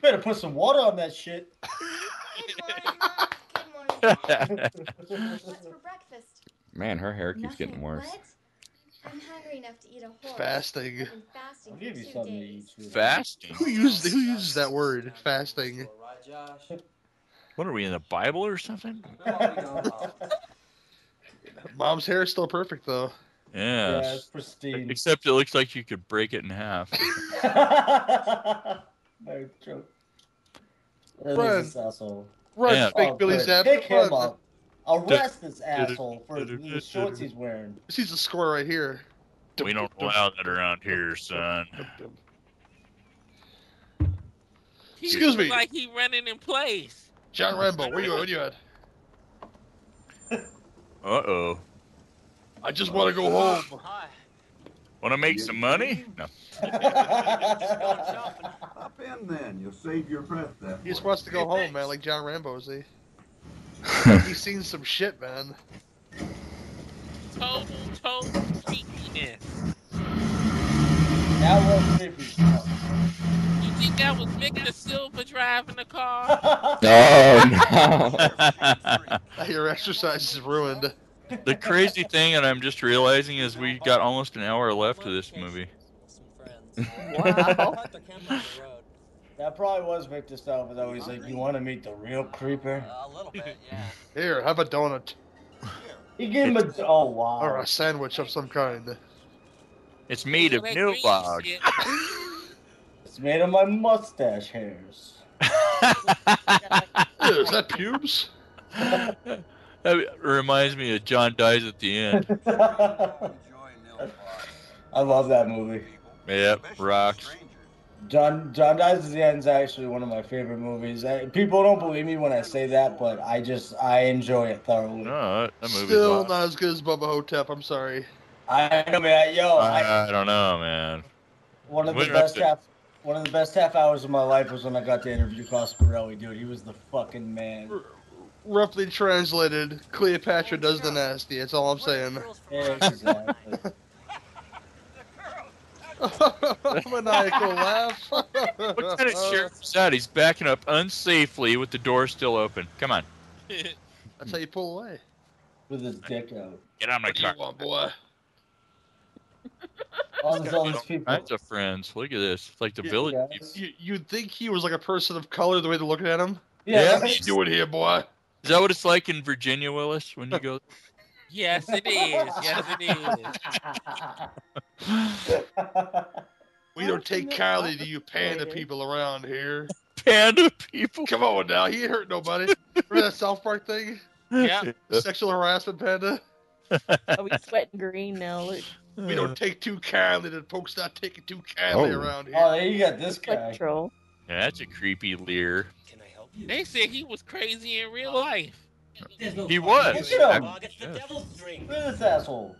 Better put some water on that shit. Good morning, Mom. Good morning, Dad. What's for breakfast? Man, her hair keeps getting Nothing. worse. What? I'm hungry enough to eat a horse. Fasting. I've been fasting I'll for give you two something to days. eat. too. Fasting. Who uses who uses that word? Fasting. All right, Josh. What are we in the Bible or something? Now we go home. Mom's hair is still perfect though. Yeah, Yes. it's pristine. Except it looks like you could break it in half. Very true. Brian. This asshole. Run, Yeah. fake Oh, Billy good. Zap. Pick him Run. up. Arrest this asshole for the shorts he's wearing. She's the score right here. We don't allow that around here, son. He Excuse look me. Like he running in place. John Rambo, where you at? Where you at? Uh oh. I just want to go home. Hi. Want to make some money? No. Hop in then. You'll save your breath that He just way. wants to go home, man, like John Rambo is he? He's seen some shit, man. Total, total creepiness. That was creepy. You think that was Victor Silva driving the car? Oh no! Your exercise is ruined. the crazy thing that I'm just realizing is we got almost an hour left of this movie. Some friends. Wow. Parked their camper on the road. that probably was Victor Salva though. He's like, you want to meet the real creeper? A little bit, yeah. Here, have a donut He gave him a. Oh wow. or a sandwich of some kind. It's made of That new green log. shit. It's made of my mustache hairs. Ew, is that pubes? That reminds me of John dies at the end. I love that movie. Yep, rocks. John John Dies at the End is actually one of my favorite movies. I, people don't believe me when I say that, but I just I enjoy it thoroughly. No, that movie's Still awesome. not as good as Bubba Hotep. I'm sorry. I know, man. Yo, I, I, I don't know, man. one of the we're gonna have best to- half one of the best half hours of my life was when I got to interview Coscarelli, dude. He was the fucking man. Roughly translated, Cleopatra does the nasty. That's all I'm saying. Exactly. Maniacal laugh. What kind of sheriff is that? He's backing up unsafely with the door still open. Come on, That's how you pull away. With his dick out. get out of my car. boy? All these, all these people. Kinds of friends. Look at this. It's like the Yeah, village. yeah. people. You, you'd think he was like a person of color the way they're looking at him. Yeah, What are you doing here, boy? Is that what it's like in Virginia, Willis? When you go, Yes, it is. Yes, it is. We don't take kindly to you panda people around here. panda people. Come on now, he ain't hurt nobody. Remember that South Park thing? Yeah. Sexual harassment panda? Oh, he's sweating green now. Look, We don't take too kindly to folks not taking too kindly Oh. around here. Oh, there you got this like guy. troll. Yeah, that's a creepy leer. They said he was crazy in real life. He was. Look at him. Look at this asshole.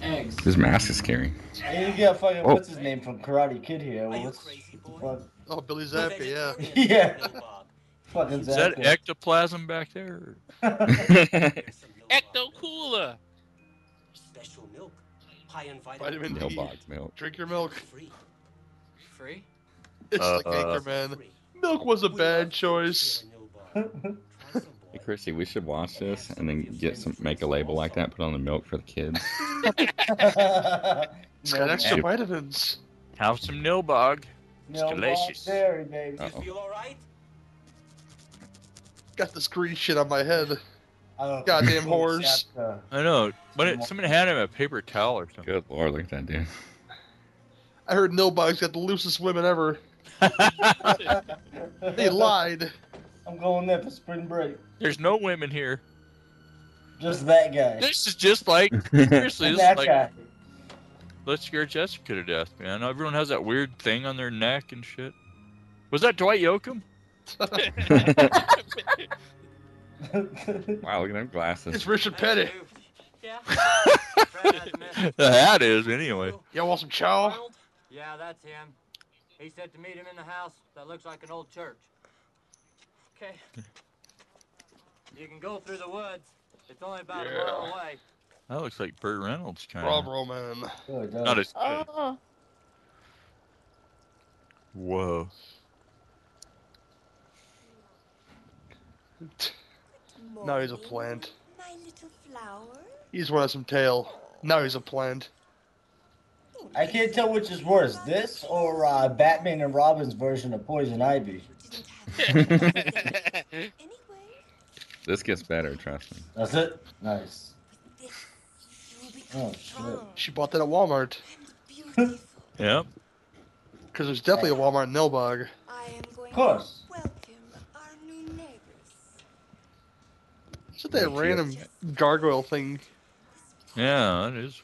Eggs. His mask is scary. Hey, you got fucking Oh. what's his name from Karate Kid here? What's, fuck- Oh, Billy Zappi, yeah. yeah. fucking Is that Zach. ectoplasm back there? Ecto Cooler. Special milk. High in Vitamin D. Mailbox milk. Drink your milk. Free. Free? It's like Uh. Anchorman. Milk was a bad choice. Hey, Chrissy, we should watch this and then get some, make a label like that, put on the milk for the kids. It's got extra Shoot. vitamins. Have some nilbog. no, delicious. Dairy, baby. Uh-oh. Feel all right? Got this green shit on my head. I don't know. Goddamn whores. Uh, I know, but it, someone had him a paper towel or something. Good lord, look at that dude. I heard Nilbog's got the loosest women ever. They lied. I'm going there for spring break. There's no women here. Just that guy. This is just like seriously. And This is that like guy. let's scare Jessica to death, man. Everyone has that weird thing on their neck and shit. Was that Dwight Yoakam? wow, look at them It's glasses. Richard Petty. Yeah. The hat is anyway. Y'all want some chow? Yeah, that's him. He said to meet him in the house that looks like an old church. Okay. You can go through the woods. It's only about a mile Yeah. away. That looks like Burt Reynolds kind Rob of. Roman. Oh, it Not does. as good. Oh, Whoa. Now he's a plant. My little flower. He's one of some tail. Now he's a plant. I can't tell which is worse, this or uh, Batman and Robin's version of Poison Ivy. Anyway, This gets better, trust me. That's it. Nice. this you Oh, become shit. strong She bought that at Walmart. and beautiful. Yep. Because there's definitely a Walmart in Nilbog. I am going course. to welcome our new neighbors. Is it that random gargoyle thing? Yeah, that is.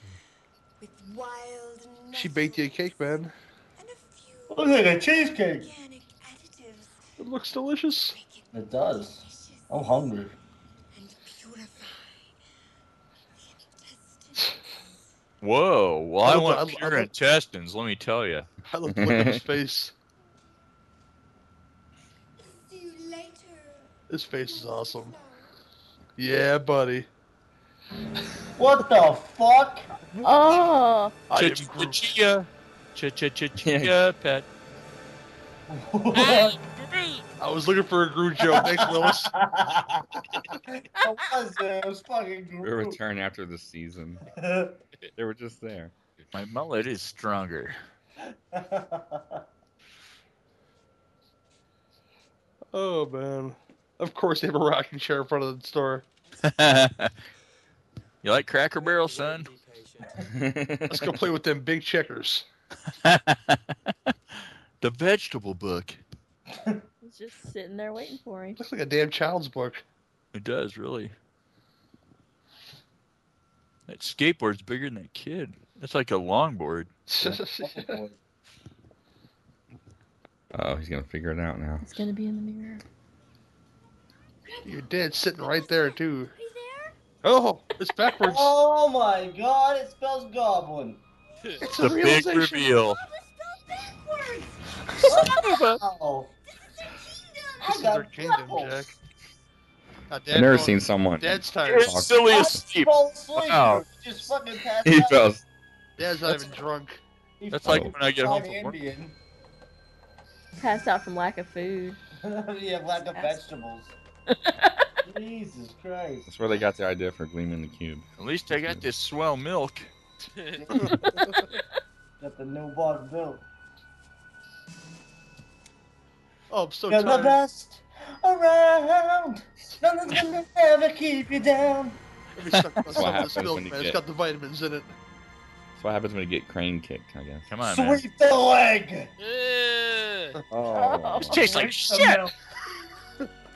With wild She baked you a cake, man. nostrils And a few Looks like a cheesecake. organic additives It looks delicious. make it It does. delicious I'm hungry. and purify the intestines. Whoa. Well, I I love- want I love- I pure love- intestines. Let me tell you. I love the look on his face. See you later. His face is my awesome. flower. Yeah, buddy. What the fuck? oh, I am Groot. Chia. Chia chia chia chia pet. I am Groot. I was looking for a Groot joke. Thanks, Willis. it was, uh, it was fucking We'll Groot. return after the season. They were just there. My mullet is stronger. Oh man. Of course they have a rocking chair in front of the store. you like Cracker Barrel, son? Be patient. Let's go play with them big checkers. the vegetable book. he's just sitting there waiting for him. Looks like a damn child's book. It does really. That skateboard's bigger than that kid. That's like a longboard. Oh, he's gonna figure it out now. It's gonna be in the mirror. Your dad's sitting right there too. Oh, it's backwards. Oh my god, it spells goblin. It's the big reveal. Oh. This is our kingdom, Jack. Now, Dad I've never falls- seen someone. Dad's tired. You're silly as I sheep. fell asleep. Wow. Just fucking passed He out. fell. Dad's not even drunk. He That's like fucking when I get home fried from work. Indian. Passed out from lack of food. yeah, lack of vegetables. Jesus Christ. That's where they got the idea for gleaming the cube. At least I got this swell milk. Got the no bog built. Oh, I'm so You're the tired. best around. Nothing's gonna ever keep you down. Let me suck That's some what of this happens milk, when you man. It's get- got the vitamins in it. That's what happens when you get crane kicked, I guess. Come on, man. Sweep the leg. Oh. This tastes like shit.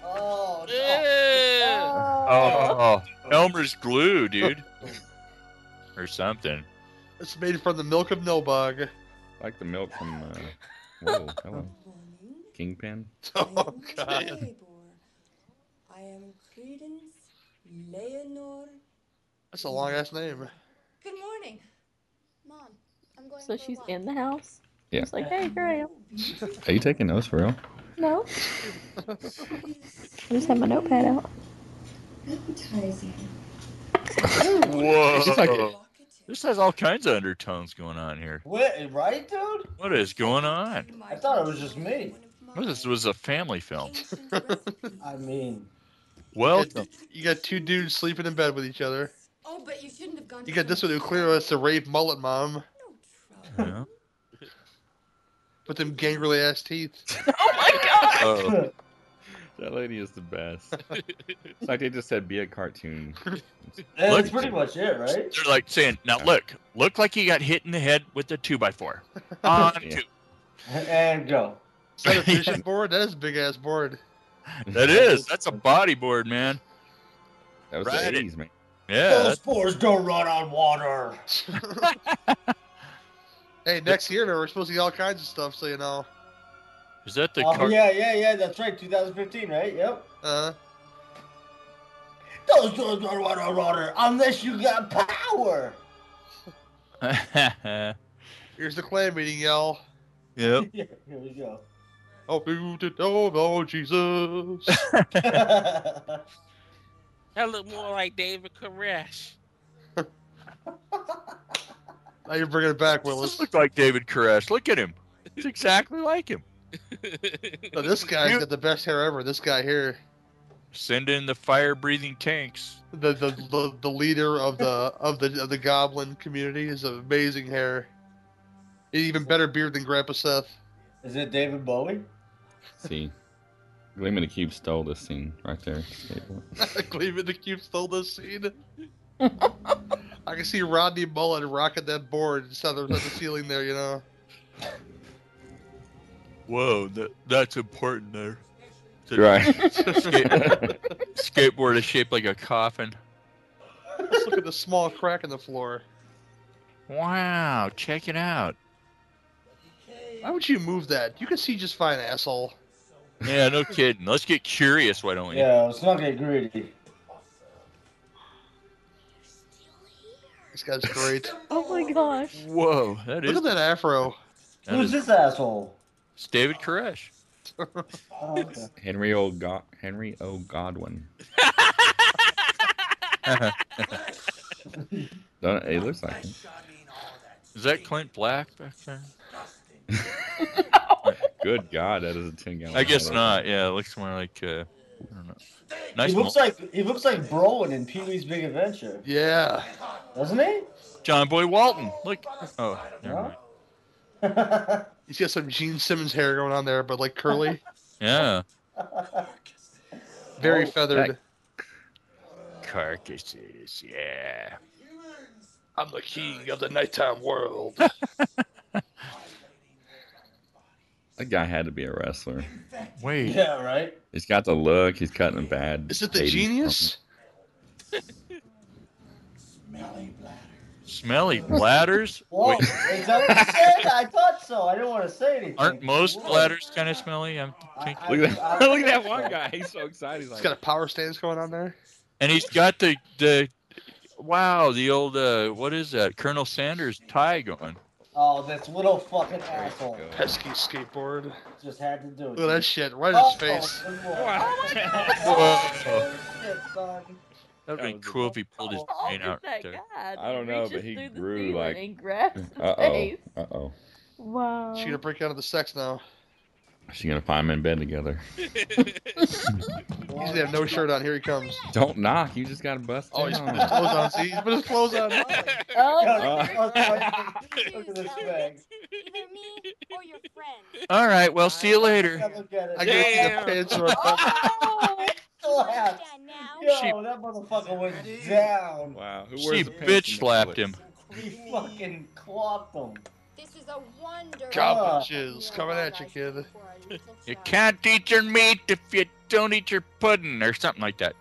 Oh, Oh, Elmer's glue, dude, or something. It's made from the milk of Nobog. like the milk from. Uh, whoa, hello. Kingpin. Oh, I God. am Credence Leonor. That's a long ass name. Good morning. Mom, I'm going So for she's a walk. in the house. Yeah. It's like, hey, here I am. Are you taking those for real? No. I just have my notepad out. Appetizing. Whoa. It's like- this has all kinds of undertones going on here. What, right, dude? What is going on? I thought it was just me. This was a family film. I mean, Welcome. You got two dudes sleeping in bed with each other. Oh, but you shouldn't have gone. You to got this one bed. who clearly wants to rape mullet mom Yeah. with them gangly ass teeth. Oh, That lady is the best. it's like they just said, be a cartoon. that's Look. pretty much it, right? they're like saying, now look, look like you got hit in the head with a two by four. On Yeah. two. And go. Is that a fishing board? That is a big ass board. That is. That's a bodyboard, man. That was Right. the 80s, man. Yeah. Those spores don't run on water. Hey, next year man, we're supposed to get all kinds of stuff, so you know. Is that the Oh, car? yeah, yeah, yeah. That's right. 2015, right? Yep. Uh, Those don't run on water unless you got power. here's the clan meeting, y'all. yep. Yeah, here we go. Oh, you to know about Jesus. That look more like David Koresh. now you're bringing it back, This Willis. looks like David Koresh. Look at him. It's exactly like him. No, this guy's got the best hair ever. This guy here, Send in the fire breathing tanks. the the, the, the leader of the of the of the goblin community, is amazing hair. Even better beard than Grandpa Seth. Is it David Bowie? See. Gleam of the Cube stole this scene right there. Skateboard. Cleveland the Cube stole this scene. I can see Rodney Mullen rocking that board just on the, on the ceiling there, you know. Whoa, that, that's important there. The Right. skate- skateboard is shaped like a coffin. Just look at the small crack in the floor. Wow, check it out. Why would you move that? You can see just fine, asshole. Yeah, no kidding. Let's get curious, why don't we? Yeah, let's not get greedy. This guy's great. Oh my gosh. Whoa, that look is, at that afro. that Who's is this asshole? it's David Koresh. Oh, okay. Henry O. God- Henry O. Godwin. Don't, it looks like him. Is that Clint Black back there? Good God, that is a 10 gallon. I guess not. Yeah, it looks more like uh, I don't know. Nice he looks mo- like he looks like Brolin in Pee Wee's Big Adventure, Yeah. doesn't he? John Boy Walton. Look. Oh, never mind. He's got some Gene Simmons hair going on there, but like curly. Yeah. Very Oh, feathered. that- Carcasses. Yeah. I'm the king of the nighttime world. That guy had to be a wrestler. Wait. Yeah, right? He's got the look. He's cutting a bad. Is it the 80s genius? Smelly bladders? Whoa, Wait, is that what you said? I thought so. I didn't want to say anything. aren't most Whoa. bladders kind of smelly? I'm thinking. Look at that, look at that one guy. He's so excited. He's It's like, got a power stance going on there. And he's got the the wow, the old uh, what is that? Colonel Sanders tie going. Oh, this little fucking asshole Pesky skateboard. just had to do it. Look at that shit right in Oh, his face. good lord. Oh, my God. Whoa. Shit, son. That'd been cool if he pulled his Oh, brain out. that there. God. I don't know, Reaches but he through the grew, ceiling like- And grabs the uh oh, face. uh oh. Wow. She gonna break out of the sex now. She's gonna find him in bed together. He's gonna have no shirt on. Here he comes. Don't knock. You just gotta bust. Oh, he's put down. his clothes on. See, he's put his clothes on. Oh, Uh, Look at this- look at this thing. Either me or your friend. All right, well, see you later. Yeah, Look at it. I can see the pants are up. Still has. Done now. Yo, She- that motherfucker went down. Wow. Who She wears the pants bitch in the slapped toilet? him. He fucking clopped him. This is a wonder. Goblin jizz coming at you, kid. You can't eat your meat if you don't eat your pudding or something like that.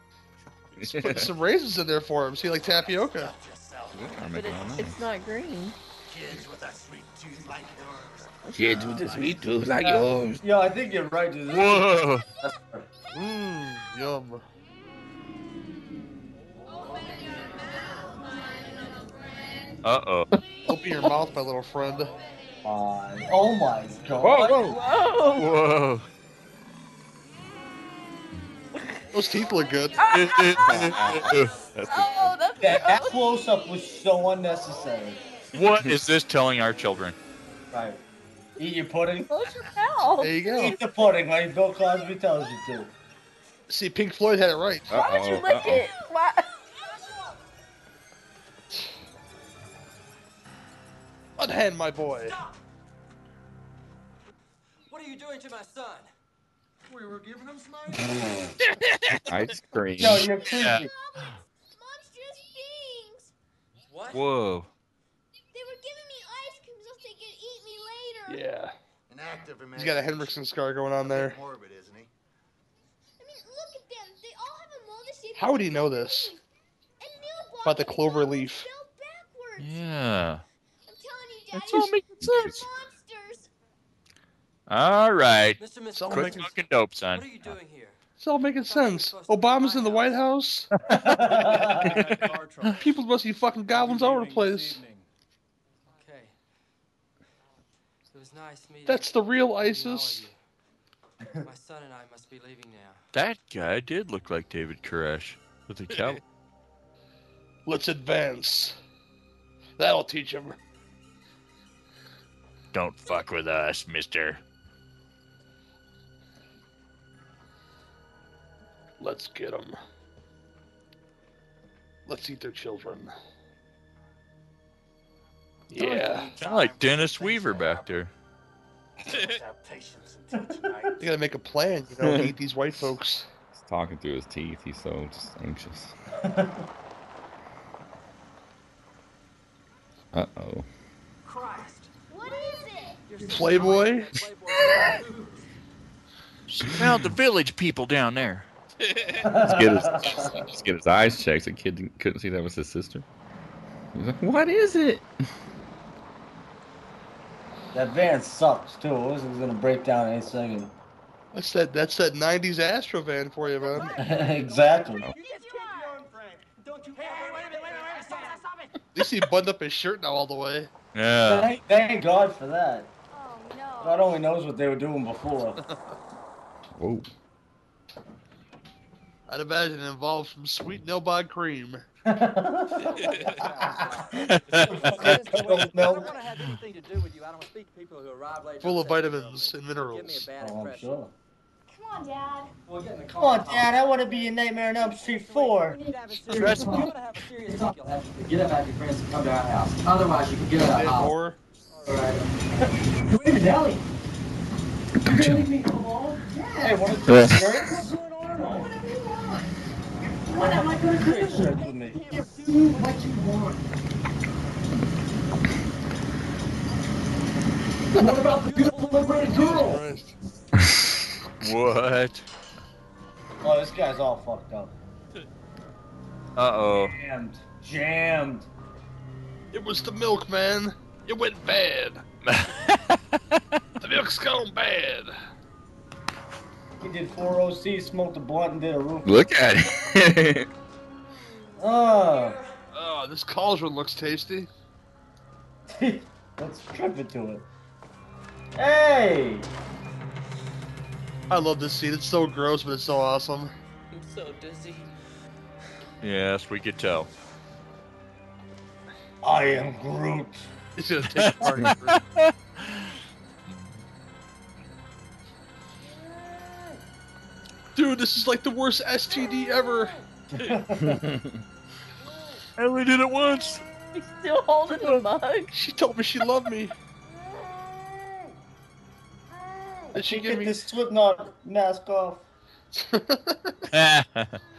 Put some raisins in there for him. See, like tapioca. Yeah, I'm But making all it's, nice. it's not green. Kids with a sweet tooth like yours. Kids with a sweet tooth like Oh, Uh, yours. Yo, I think you're right, dude. Whoa. Mmm, yum. Uh oh. Open your mouth, my little friend. Uh, oh my god. Whoa, whoa. Whoa. Whoa. Those teeth look good. That's the- Oh, that's That, that gross. close up was so unnecessary. what is this telling our children? Right. Eat your pudding. Close your Oh. mouth. There you go. Eat the pudding like Bill Cosby tells you to. See, Pink Floyd had it right. Why would you Uh-oh, lick uh-oh. it? Why? Unhand my boy. What are you doing to my son? We were giving him some Ice cream. Yo, you're creepy. Yeah. Monstrous beings! What? Whoa. They were giving me ice cream so they could eat me later. Yeah. An act of He's got a imagination. Hendrickson scar going on there. Morbid, isn't he? I mean, look at them. They all have a mold shape. How would he know this? And Neil Blomkamp About the clover leaf. Mm. fell backwards. Yeah. I'm telling you, Daddy. That's all making sense. monsters. All right. Mr. Mr. Someone Quit Quit What making- smoking dope, are son. you doing here? It's all making sense. Obama's in the White House. Car trouble. People must be fucking goblins all over the place. Okay. It was nice meeting That's the real all of ISIS. you. My son and I must be leaving now. That guy did look like David Koresh with the cow. Let's advance. That'll teach him. Don't fuck with us, mister. Let's get him. Let's eat their children. Yeah. Kind of like Dennis Weaver back there. They gotta make a plan, you know, to eat these white folks. He's talking through his teeth. He's so just anxious. uh oh. Christ. What is it? Playboy? Smell the village people down there. Let's get his, let's get his eyes checked. The kid didn't- couldn't see that was his sister. He's like, what is it? That van sucks too. It was, it was gonna break down any second. That's that that's that nineties Astro van for you, man. At exactly. You just kicked your own friend. Don't you Hey, wait a minute, wait a minute, wait a minute. Stop, stop, stop it. least he buttoned up his shirt now all the way. Uh, Yeah. Thank, thank God for that. Oh no. God only knows what they were doing before. Whoa. I'd imagine it involved some sweet Nilbog cream. Oh, I don't oh, want to have anything to do with you. I don't speak to people who arrive late. Full of from second vitamins and building. Give me minerals. a bad Oh, I'm impression. sure. Come on, Dad. Well, get in the car. Come on, Dad. I want to be in Nightmare on Elm Street 4. You need to have a serious- you gotta have a serious look, y'all. Get up out of your friends and come to our house. Otherwise, you can get out of Dead the house. whore. All right. Wait a minute, Ellie. Hey, what is Yeah. this? What am I going to do? with me. Do what you want. what about the beautiful liberated girl? What? Oh, this guy's all fucked up. Uh oh. Jammed. Jammed. It was the milk, man. It went bad. the milk's gone bad. He did four OC, smoked a blunt, and did a roof. Look at it. Oh, Oh, this cauldron looks tasty. let's trip it to it. Hey! I love this scene. It's so gross, but it's so awesome. I'm so dizzy. Yes, we could tell. I am Groot. It's gonna take part. Dude, this is like the worst STD ever. I only did it once. He's still holding the mug. She told me she loved me. Did she give Get me? this Slipknot mask off.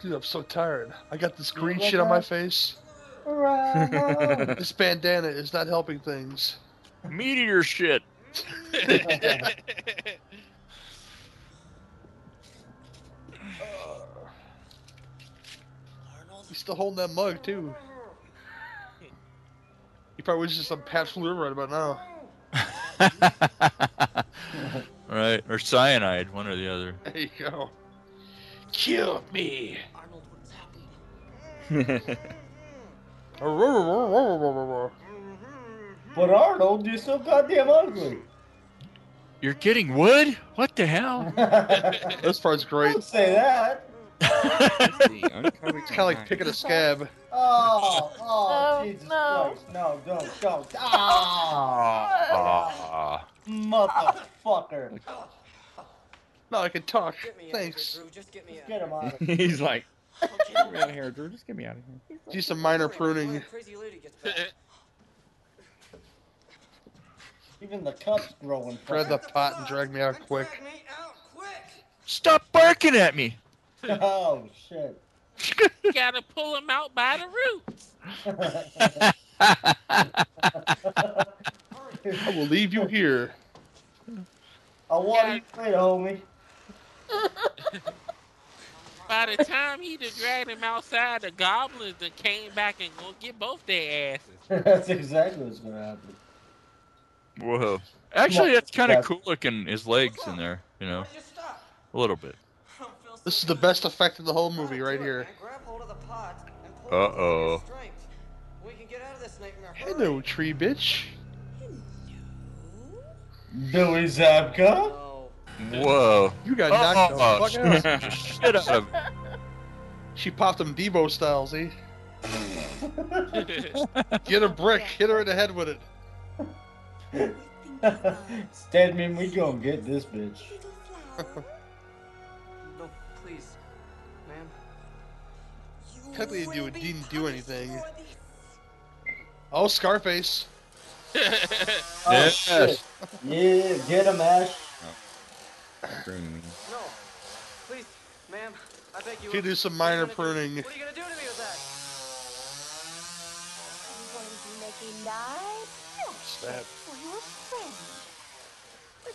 Dude, I'm so tired. I got this green like shit on my that? face. Bravo. this bandana is not helping things. Meteor shit. He's still holding that mug too. He probably was just some Pabst Blue right about now. right, or cyanide, one or the other. There you go. Kill me. But Arnold, you're so goddamn ugly. You're getting wood? What the hell? Don't this part's great. say that. It's kind of like picking a scab. Oh, Oh, oh, Jesus no. Christ. No, don't, don't. Ah, Ah. motherfucker. No, I can talk. Get me Thanks. out of here, Drew. Just get me out. Get him out of here. He's like, get me out of here, Drew. Just get me out of here. Do some minor pruning. Crazy lady gets back. Even the cup's growing. Grab the pot and drag me out quick. Drag me out quick. Stop barking at me. Oh, shit. You gotta pull him out by the roots. I will leave you here. I'll water you later, homie. By the time he done dragged him outside, the goblins that came back and gonna get both their asses. That's exactly what's gonna happen. Whoa. Actually, that's kind Yeah. of cool looking. His legs in there, you know, Why do you stop? a little bit. I don't feel so This is the good. best effect of the whole Gotta movie do it, right here. man. Grab hold of the pot and pull it with all Uh-oh. your strength. We can get out of this nightmare. Hello, tree bitch. Billy Zabka? No. Whoa. You got knocked Oh, the fuck out. shit out of She popped him Debo style, see? Get a brick, hit her in the head with it. Stedman, we gonna get this bitch. Little flower, No, please. Ma'am. Technically, you do- didn't do anything. Oh, Scarface. Oh, Yes. shit. Yeah, get him, Ash. Grooming. No. Please, ma'am. I beg you. Can you do some What are you gonna minor do? pruning? What are you gonna do to me with that? I'm going to make a nice Snap. milkshake for your friend. But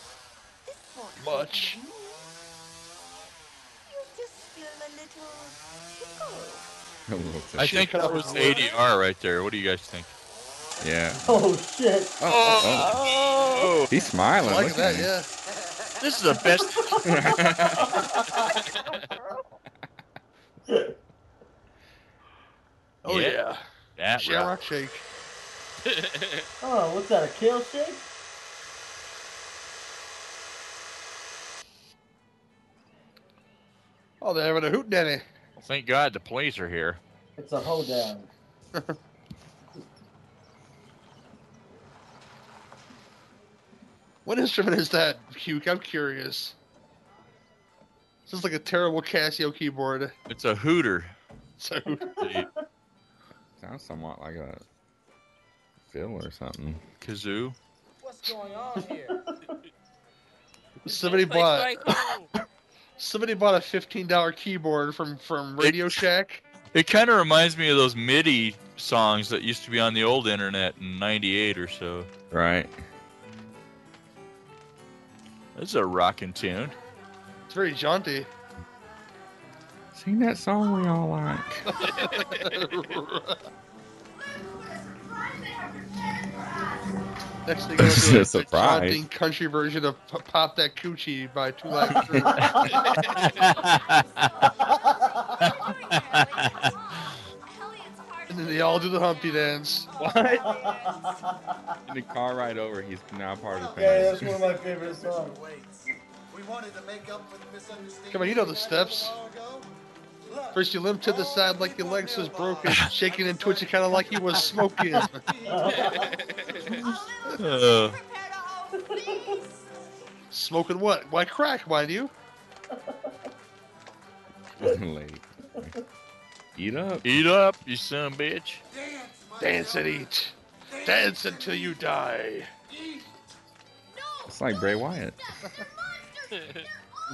this won't hurt Much. me. You just feel a little tickled. A little bit. I think that was ADR right there. What do you guys think? yeah. Oh, shit. Oh, oh, oh. He's smiling. Like Look at that, him. yeah. This is the best. Oh, Yeah. yeah. That Shamrock Shake. Oh, what's that, a kill shake? Oh, they're having a hoot nanny. Well, thank God the police are here. It's a hoedown. What instrument is that, Puke? I'm curious. This is like a terrible Casio keyboard. It's a hooter. So, The Sounds somewhat like a fiddle or something. kazoo. What's going on here? somebody Place bought like oh, home. somebody bought a fifteen dollar keyboard from from Radio Shack. It kind of reminds me of those MIDI songs that used to be on the old internet in '98 or so. Right. This is a rocking tune. It's very jaunty. Sing that song we all like. Next thing I'll do is a Surprise. jaunting country version of P- "Pop That Coochie" by Two Live Crew. and then they all do the Humpty Dance. What? In the car ride over, he's now part of the Yeah, family. that's one of my favorite songs. We wanted to make up for the misunderstanding. Come on, you know the steps. First, you limp to the side like your legs was broken, shaking and twitching, kind of like you was smoking. Uh, Smoking what? Why crack, mind you? Late. Eat up. Eat up, you son of a bitch. Dance and eat. Dance until you die. It's like Bray Wyatt. Is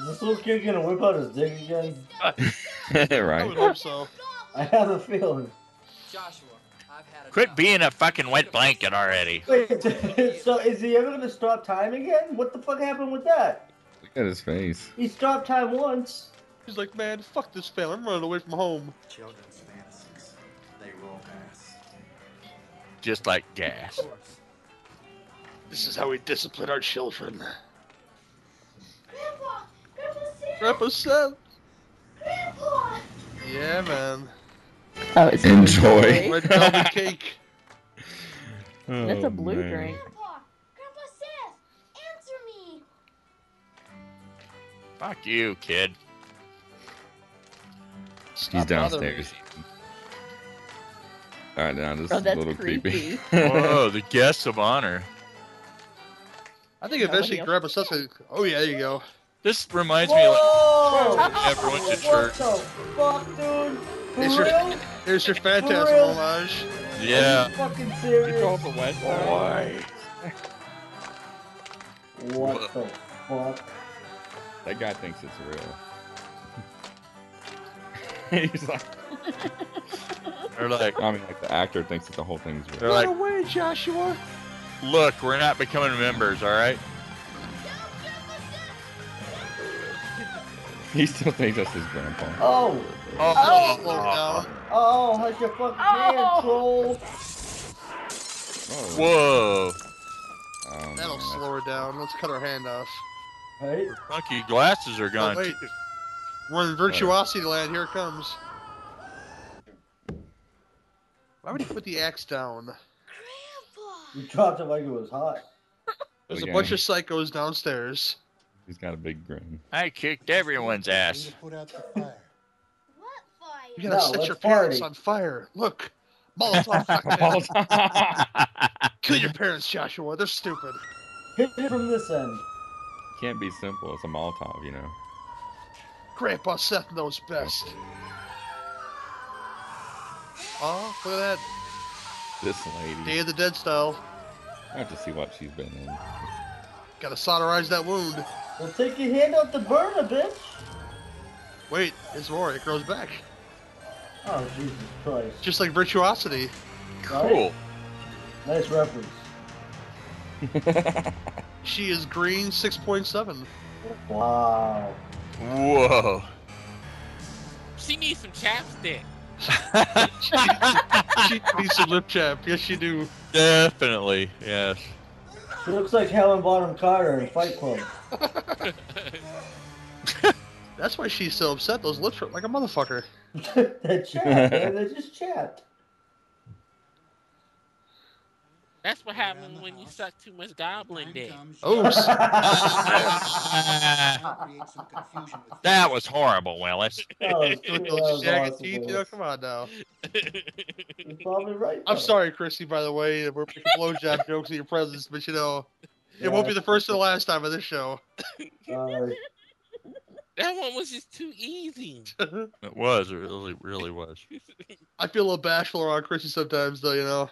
this little kid gonna whip out his dick again? right. would hope so. I have a feeling. Joshua, I've had enough. Quit being a fucking wet blanket already. Wait, so is he ever gonna stop time again? What the fuck happened with that? Look at his face. He stopped time once. He's like, man, fuck this family. I'm running away from home. Children's fantasies. They will pass. Just like gas. This is how we discipline our children. Grandpa Seth. Yeah, man. Oh, it's Enjoy. Red velvet cake. And it's Oh, a blue man. drink. Grandpa Seth, answer me. Fuck you, kid. He's Stop bothering downstairs. All right, now this Oh, is a that's little creepy. creepy. Whoa, the guests of honor. I think eventually Grandpa Seth's like, oh yeah, there you go. This reminds me of Whoa! like everyone to What church. the fuck, dude? For It's your- real? There's your phantasm real? homage. Yeah. Fucking serious? the west Boy. What the fuck? That guy thinks it's real. He's like, They're like, I mean, like the actor thinks that the whole thing's real. they're like, away, Joshua. look, we're not becoming members, all right? He still thinks that's his grandpa. Oh, Oh, slow down. oh, how's your fucking hand, troll? Oh, Whoa, oh, man, That'll that's- slow her down. Let's cut her hand off. Right? funky glasses are Oh, gone. wait. We're in virtuosity land. Here it comes. Why would he put the axe down? You dropped it like it was hot. There's Okay. a bunch of psychos downstairs. He's got a big grin. I kicked everyone's ass. Put out the fire. What You gotta fire? No, set let's your parents party. on fire. Look, Molotov cocktail. Kill your parents, Joshua. They're stupid. Hit it from this end. Can't be simple. It's a Molotov, you know. Grandpa Seth knows best. Oh, look at that. This Day lady. of the Dead style. I have to see what she's been in. Gotta solderize that wound. Well, take your hand out the burner, bitch. Wait, it's more. It grows back. Oh, Jesus Christ. Just like virtuosity. Right? Cool. Nice reference. She is green 6.7. Wow. Whoa. She needs some chapstick. She needs some lip chap. Yes, she do. Definitely, yes. She looks like Helen Bottom Carter in Fight Club. That's why she's so upset. Those lips hurt like a motherfucker. that chat, man. They just chat. That's what happens when you suck too much goblin dick. Oops. Create some confusion with That was horrible, Willis. That was pretty loud. Jagged Oh, Awesome, teeth, you know, man. come on now. You're probably right. I'm though. sorry, Christy, by the way. We're making blowjob jokes in your presence, but you know, it won't be the first or the last time of this show. Sorry. That one was just too easy. It was, it really, really was. I feel a little bashful around Christy sometimes, though, you know.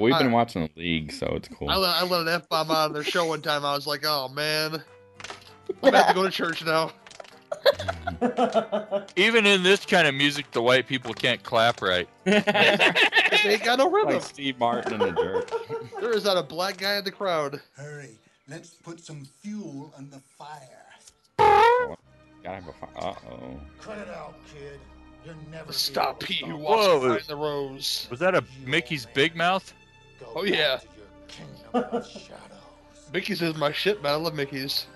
We've been watching the league, so it's cool. I let, I let an F bomb out on their show one time. I was like, oh, man. I'm going to have to go to church now. Even in this kind of music, the white people can't clap right. they got no rhythm. Like Steve Martin and the Dirt. There is not a black guy in the crowd. Hurry, let's put some fuel on the fire. Gotta have a fi- Uh-oh. Cut it out, kid. You're never Stop be Pete, able who to walks Whoa. behind the rose. Was that a Mickey's Big Mouth? Go Oh, back yeah. to your kingdom of shadow. Mickey's is my shit, man. I love Mickey's.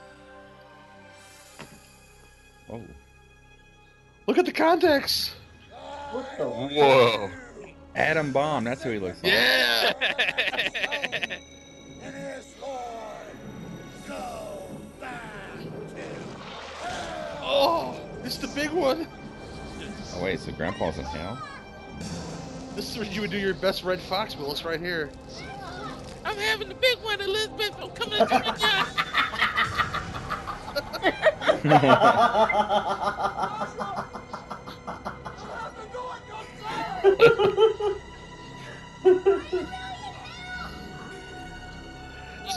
Oh. Look at the contacts. What the? Whoa. Adam Bomb. That's who he looks like. Yeah. It is Lord. Go back to Oh, it's the big one. Oh wait, so Grandpa's in hell. This is where you would do your best Red Fox, Willis, right here. I'm having the big one, Elizabeth. I'm coming to the job. See,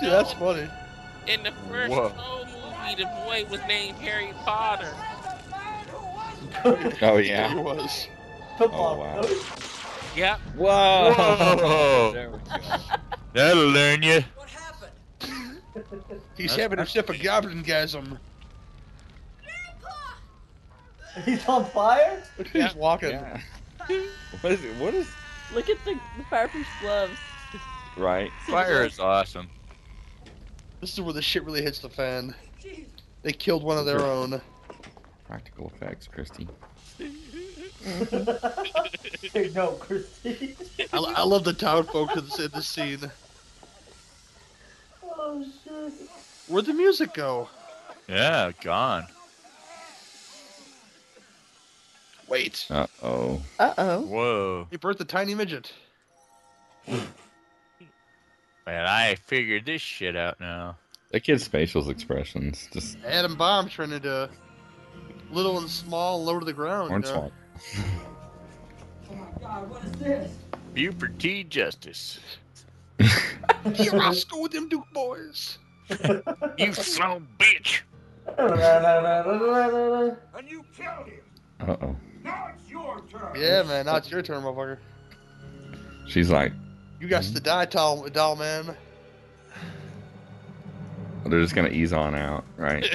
that's funny. In the first Whoa. Troll movie, the boy was named Harry Potter. Oh He yeah. was. Oh wow. Yep. Whoa. Whoa. There we go. That'll learn you. What happened? He's That's having himself a goblin gasm. He's on fire? He's walking. Yeah. What is it? What is Look at the, the fireproof gloves. right? Fire is awesome. This is where the shit really hits the fan. They killed one of their own. Practical effects, Christy. Hey, no, Christine. I, I love the town folk in this, in this scene. Oh, shit. Where'd the music go? Yeah, gone. Wait. Uh oh. Uh oh. Whoa. He birthed a tiny midget. Man, I figured this shit out now. That kid's facial expressions just Adam Bomb turning into little and small, low to the Oh, ground. uh, hornswoggle. Oh Buford T. Justice. Here I school them Duke boys. You son of a bitch. And you killed him. Uh oh. Now it's your turn. Yeah, man. Now it's your turn, motherfucker. She's like, You got to die, doll, doll man. they're just gonna ease on out, right?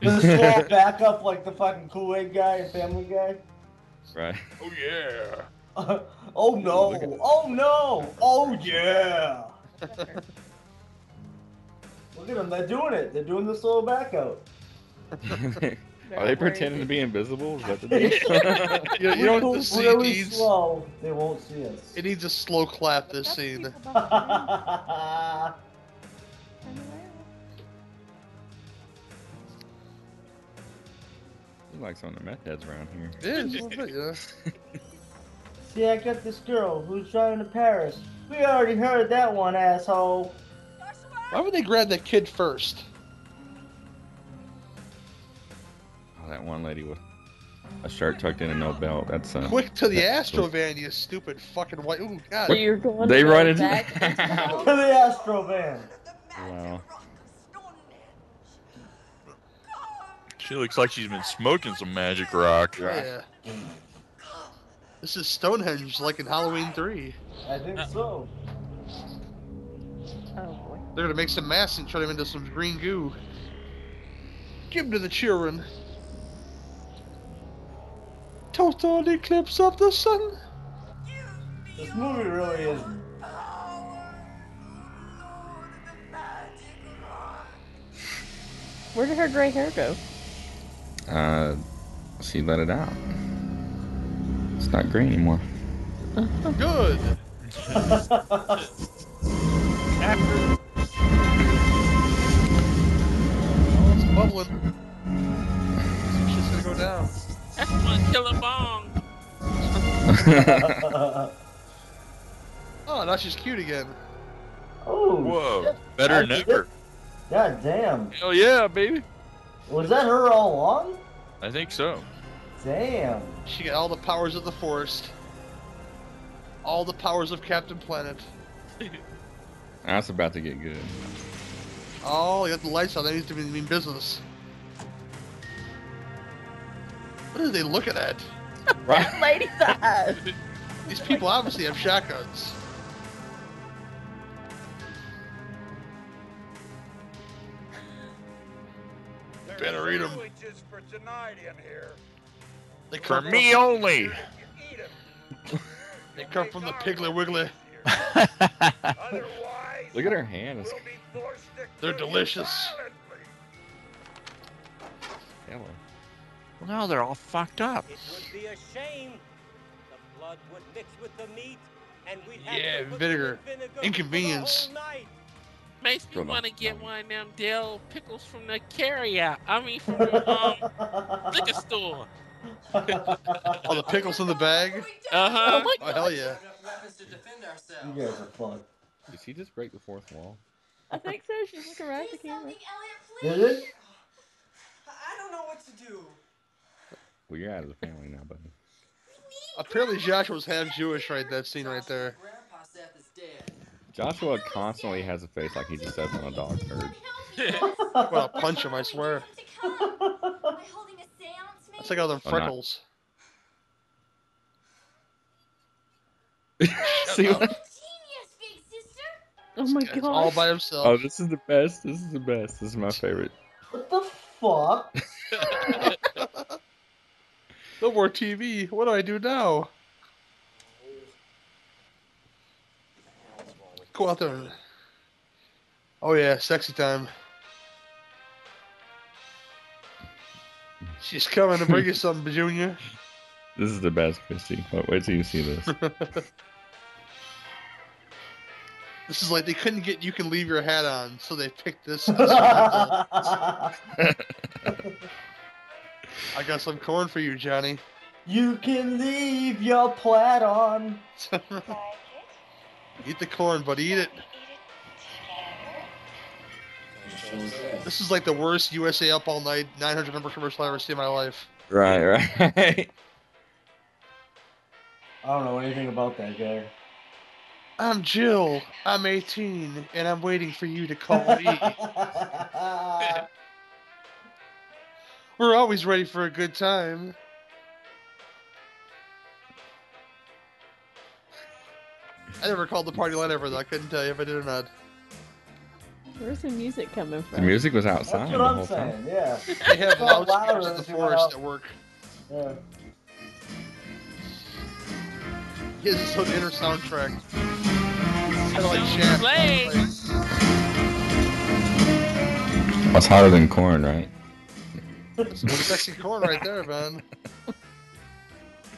Does this all back up like the fucking Kool Aid guy and Family Guy? right. Oh yeah. oh no! Look at- Oh no! Oh yeah! Look at them, they're doing it. They're doing this little back out. Are they pretending to be invisible? Is that the deal? If You, we you know go what this scene really needs? slow, they won't see us. It needs a slow clap, this scene. he likes on the meth heads around here. Yeah, it's a little bit, yeah. see, I got this girl who's driving to Paris. We already heard that one, asshole. Why would they grab that kid first? Oh, that one lady with a shirt tucked in and no belt. That's uh, Quick to the that's cool. Astro van, you stupid fucking white. Ooh, So God. you're going They to run go into- back into To the Astro van. Wow. She looks like she's been smoking some magic rock. Yeah. This is Stonehenge, like in Halloween 3. I think Uh. so. the- Oh boy. They're gonna make some masks and turn them into some green goo. Give them to the children. Total eclipse of the sun. This movie really is. Where did her gray hair go? Uh, she let it out. It's not green anymore. Oh, Good. Oh, it's bubbling. Some shit's gonna go down. That's one killer bong. Oh, now she's cute again. oh, Whoa. shit. Better I than did ever. it. God damn. Hell yeah, baby. Was that her all along? I think so. Damn. She got all the powers of the forest. All the powers of Captain Planet. That's about to get good. Oh, you got the lights on. That needs to be mean business. What are they looking at? That lady's eyes. These people obviously have shotguns. Better eat them. Sandwiches for tonight in here. They For come from, me only. they come from the Piggly Wiggly. Look at her hand. It's They're delicious. yellow. Well, now they're all fucked up. It would be a shame. The blood would mix with the meat, and we'd have Yeah, to cook it vinegar. with vinegar for the Inconvenience. whole night. Makes me Hold on. want to get one of them dill pickles from the carryout. I mean, from the um, liquor store. All the pickles in the bag. Uh huh. Oh hell yeah! Enough weapons to defend You ourselves. guys are fun. Does he just break the fourth wall? I think so. She's looking right at the camera. Did it? I don't know what to do. Well, you're out of the family now, buddy. Apparently Joshua's half Jewish, right? That scene right there. Grandpa Seth is dead. Joshua constantly has a face like he just stepped on a dog turd. Well, I'll punch him, I swear. That's like all them Or not. freckles. See Shut up. what? Oh my It's all gosh. by himself. Oh, this is the best. This is the best. This is my favorite. What the fuck? No more TV. What do I do now? Go out there. and- Oh yeah, sexy time. She's coming to bring you something, Junior. This is the best, Christy. Wait, wait till you see this. This is like they couldn't get you can leave your hat on, so they picked this. I got some corn for you, Johnny. you can leave your plaid on. Eat the corn, but eat it. This is like the worst USA Up All Night 900 member commercial I ever seen in my life. Right, right. I don't know anything about that guy. I'm Jill. I'm 18, and I'm waiting for you to call me. We're always ready for a good time. I never called the party line ever, though. I couldn't tell you if I did or not. Where's the music coming the from? music was That's outside what the I'm whole time. saying. Yeah. They have It's all loudspeakers louder in the if you went forest at out- work. Yeah. His is his inner soundtrack. It's kind of like Shaft. Play. That's hotter than corn, right? That's some sexy corn right there, man.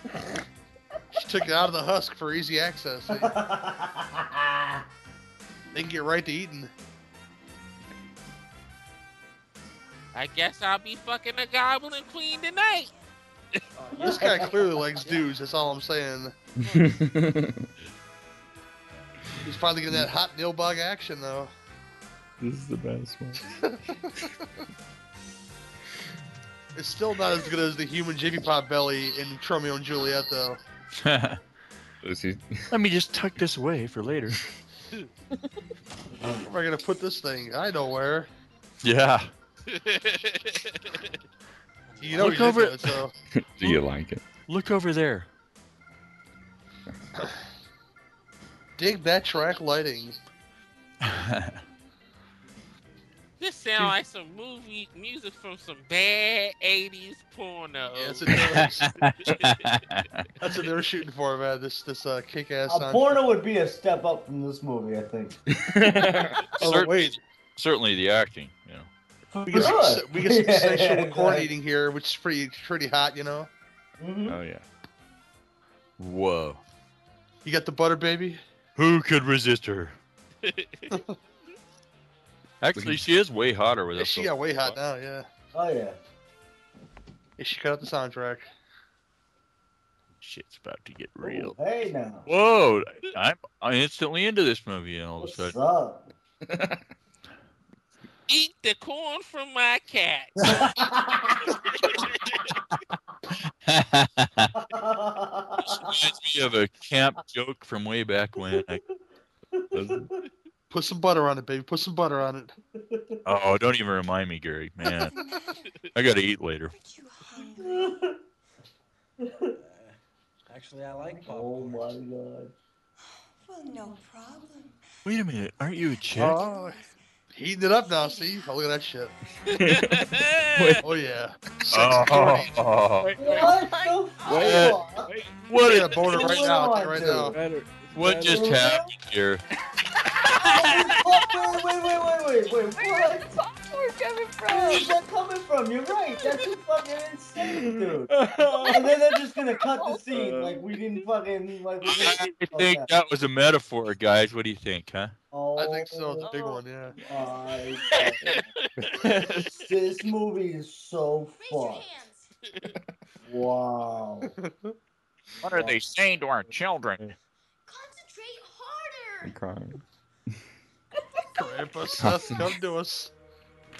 She took it out of the husk for easy access. They, they can get right to eating. I guess I'll be fucking a goblin queen tonight. This guy clearly likes dudes. That's all I'm saying. this He's probably getting that hot nail bug action though. is the best one. It's still not as good as the human Jiffy Pop belly in Tromeo and Juliet though. Lucy, Let me just tuck this away for later. Where am I gonna put this thing? I know where. Yeah. You know Look you over did it. that, so. do you like it? Look over there. Dig that track lighting. This sounds like some movie music from some bad '80s porno. Yes, it does. That's what they were shooting for, man. This this uh, kick-ass. A sound- porno would be a step up from this movie, I think. Oh Cer- wait, Certainly the acting. You know. we get some, se- we get some Yeah, sexual corn exactly. eating here, which is pretty pretty hot, you know. Mhm. Oh yeah. Whoa. You got the butter baby. Who could resist her? Actually, she is way hotter with Yeah, us. she got way hot now, yeah. Oh yeah. Yeah, she cut out the soundtrack. Shit's about to get Oh. real. Ooh, hey now. Whoa! I'm, I'm instantly into this movie, and all of a What's sudden, up? Eat the corn from my cat. reminds me of a camp joke from way back when. I, Put some butter on it, baby. Put some butter on it. oh, don't even remind me, Gary. Man, I gotta eat later. Aren't you hungry? Actually, I like Oh my god. Well, no problem. Wait a minute, aren't you a chick? Oh, heating it up now. See, oh, look at that shit. oh yeah. Oh. What? Wait, What what, is is- a border right now? I'll tell you right now. what just happened here? Wait, wait, wait, wait, wait, Where's wait, what? the popcorn coming Where is from? that coming from? You're right. That's just fucking insane, dude. And then they're just gonna cut the scene like we didn't fucking like. We I didn't think that was a metaphor, guys. What do you think, huh? Oh, I think so. The big one, yeah. my God. this movie is so fucked. Wow. What are they saying to our children? Concentrate harder. I'm crying. Grandpa Seth, come to us.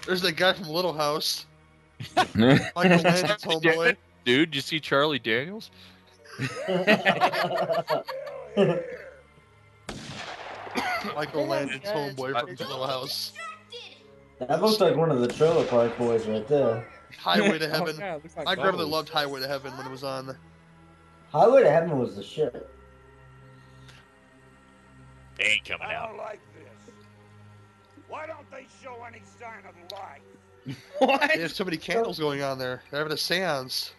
There's that guy from Little House, Michael Landon's homeboy. Dude, you see Charlie Daniels? Michael Landon's homeboy from Little House. That looks like one of the Trailer Park Boys right there. Highway to Heaven. yeah, it looks like My grandmother bubbles. loved Highway to Heaven when it was on. Highway to Heaven was the shit. They ain't coming I out. don't like this. Why don't they show any sign of life? They have so many candles going on there. They're having a seance.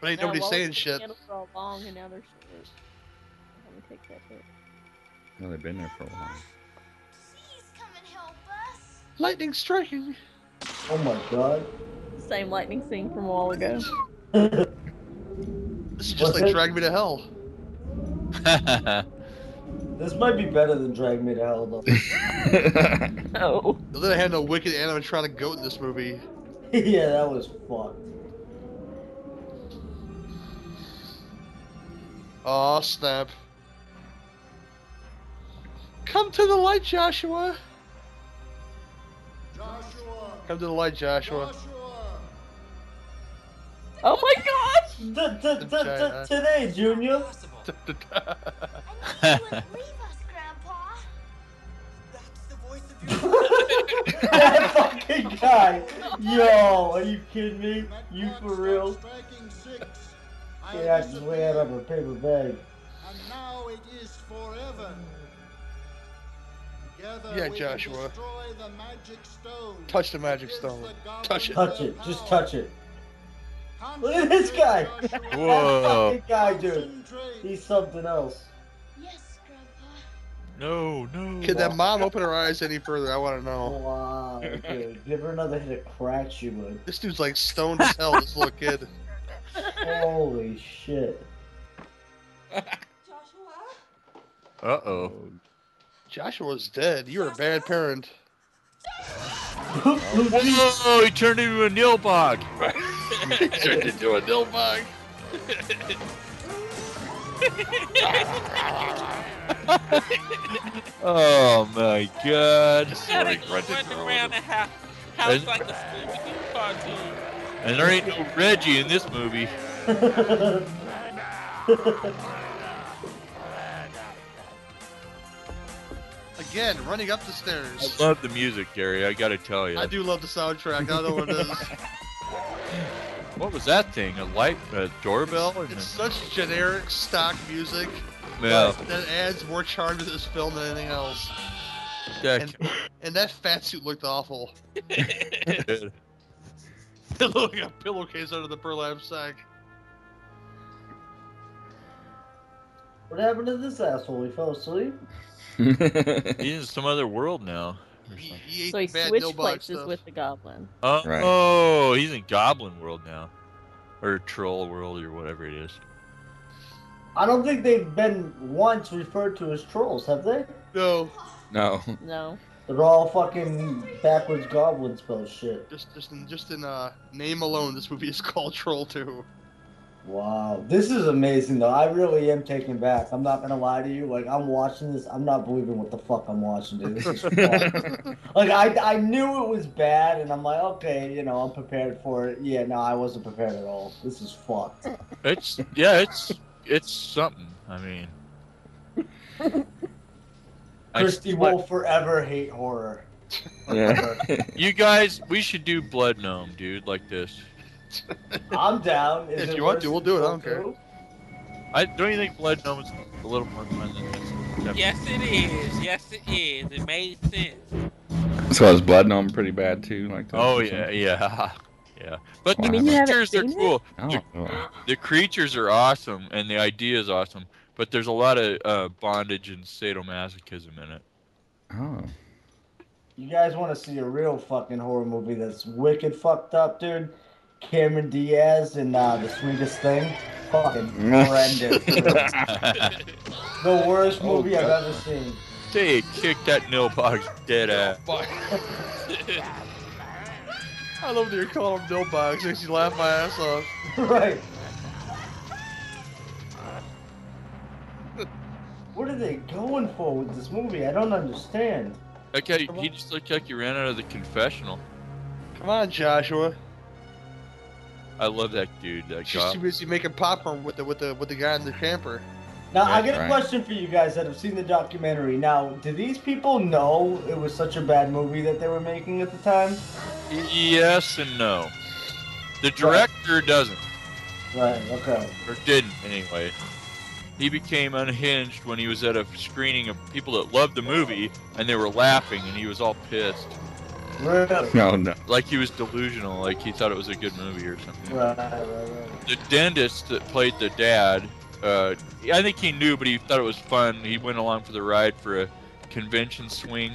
But ain't Now, nobody what was saying the shit. candles for all along, and now they're short. Let me take that hit. No, they've been there for a while. Please come and help us. Lightning striking. Oh my god. Same lightning scene from a while ago. This is just Was like it- Drag Me to Hell. This might be better than Drag Me to Hell though. Oh. No, They had no wicked animatronic goat in this movie. yeah, that was fucked. Aw, snap. Come to the light, Joshua. Joshua! Come to the light, Joshua. Joshua! Oh my gosh! D- d- d- d- Today, Junior. Possible. I knew you wouldn't leave us, Grandpa. That's the voice of your that fucking guy. Yo, are you kidding me? You for real? striking six. I Yeah, I just lay disappear, out of a paper bag. And now it is forever. Together Yeah, we can Joshua. destroy the magic stone. Touch the magic Gives stone. the goblins Touch it. Touch their it. Just power. touch it. Look at this guy. Joshua. That Whoa. fucking guy, dude. Concentrate. He's something else. Yes, Grandpa. No, no. Could that mom open her eyes any further? I want to know. Wow, dude. Give her another hit of crack, she would. This dude's like stoned as hell, this little kid. Holy shit. Joshua? Uh oh. Joshua's dead. You're a bad parent. Whoa! He turned into a Neil Bog. Turned into a Dilbog. Oh my God! Gotta Sorry, keep grunted running girl. around the house, house Is- like a Scooby-Doo cartoon. And there ain't no Reggie in this movie. Again, running up the stairs. I love the music, Gary. I gotta tell you. I do love the soundtrack. I don't know what it is. What was that thing? A light, a doorbell? And It's such generic stock music yeah, that adds more charm to this film than anything else. that And that fat suit looked awful. kid. It looked like a pillowcase under the burlap sack. What happened to this asshole? He fell asleep? He's in some other world now. or He, something. he ate So he bad switched no-bog places stuff. with the goblin. Oh, Right. oh, he's in Goblin World now, or Troll World, or whatever it is. I don't think they've been once referred to as trolls, have they? No, no. No. They're all fucking backwards goblin spell shit. just just in just in uh, name alone, this movie is called Troll Two. Wow, this is amazing though. I really am taken back. I'm not gonna lie to you. Like I'm watching this, I'm not believing what the fuck I'm watching, dude. This is fucked. like I, I knew it was bad, and I'm like, okay, you know, I'm prepared for it. Yeah, no, I wasn't prepared at all. This is fucked. It's yeah, it's it's something. I mean, I- Christy will forever hate horror. Yeah. you guys, we should do Blood Gnome, dude, like this. I'm down. Is If it you want worse to, we'll than do it, I don't Blood Gnome? I don't you think Blood Gnome is a little more fun than this? Yes, it is. Yes, it is. It made sense. So is Blood Gnome pretty bad too? Like that Oh or yeah, something? yeah, yeah. But You the mean you haven't creatures are seen it? cool. Oh, well, The creatures are awesome, and the idea is awesome. But there's a lot of uh, bondage and sadomasochism in it. oh. You guys want to see a real fucking horror movie that's wicked fucked up, dude? Cameron Diaz and uh, The Sweetest Thing. Fucking horrendous. dude. the worst Oh, movie I've God. ever seen. They kick that nail box dead ass. Fuck. I love that you're calling him no box. Makes you laugh my ass off. right. What are they going for with this movie? I don't understand. Okay, he just looked like you ran out of the confessional. Come on, Joshua. I love that dude. That She's cop. too busy making popcorn with the with the with the guy in the camper. Now, I Right, got a right. question for you guys that have seen the documentary. Now, do these people know it was such a bad movie that they were making at the time? Yes and no. The director doesn't, Right, okay. or didn't anyway. He became unhinged when he was at a screening of people that loved the movie and they were laughing and he was all pissed. Really? No, no. Like he was delusional, like he thought it was a good movie or something. Right, right, right. the dentist that played the dad, uh, I think he knew, but he thought it was fun. He went along for the ride for a convention swing.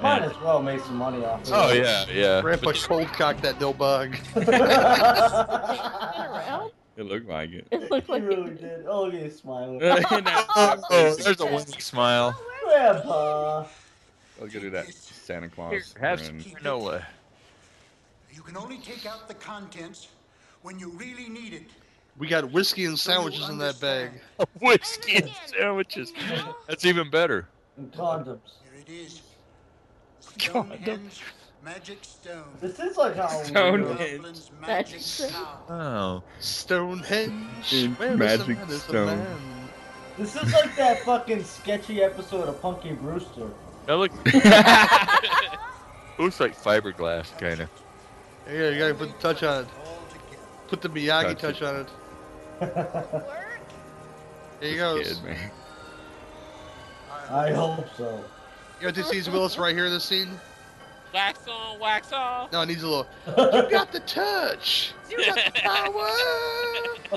Might And- as well make some money off of oh it. yeah, yeah. Grandpa cold cocked that no bug. around? It looked like it. It looked He like really did. Oh, you smiling. oh, there's a winky smile. Grandpa. I'll go do that. Santa Claus. Here, have some and- granola. You can only take out the contents when you really need it. We got whiskey and sandwiches in that bag. Whiskey and sandwiches. That's even better. And condoms. Here it is. Stonehenge magic stone. This is like how. Stonehenge. Goblin's Magic magic stone. tower. Oh. Stonehenge. Dude, Where is magic the man? Is the stone. man? This is like that fucking sketchy episode of Punky Brewster. That looks looks like fiberglass, kind of. Yeah, you gotta put the touch on it. All together. Put the Miyagi Touch touch on it. Work? There he This goes. kid, man. I hope so. You know this sees Willis right here. This scene. Wax on, wax off. No, it needs a little. You got the touch. You got the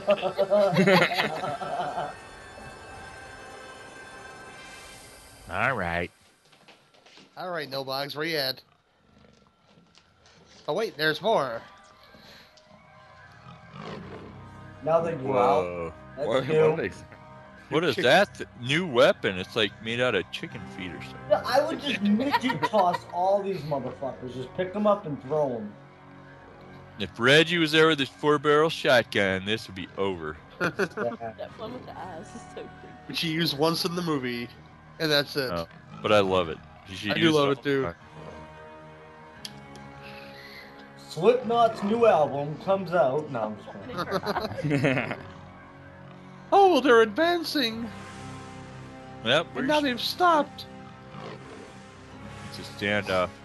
power. All right. All right, no box. Where you at? Oh wait, there's more. now they go out. Whoa. That's What, what new. are they- What is that th- new weapon? It's like made out of chicken feet or something. No, I would just Mickey toss all these motherfuckers. Just pick them up and throw them. If Reggie was there with his four-barrel shotgun, this would be over. That one with the eyes is so creepy. Which you use once in the movie, and that's it. Oh. But I love it. You should I do use love it all the too. time. Slipknot's new album comes out. No, I'm just Opening playing. her eyes. Oh, they're advancing, Yep, and we're now just, they've stopped. it's a standoff.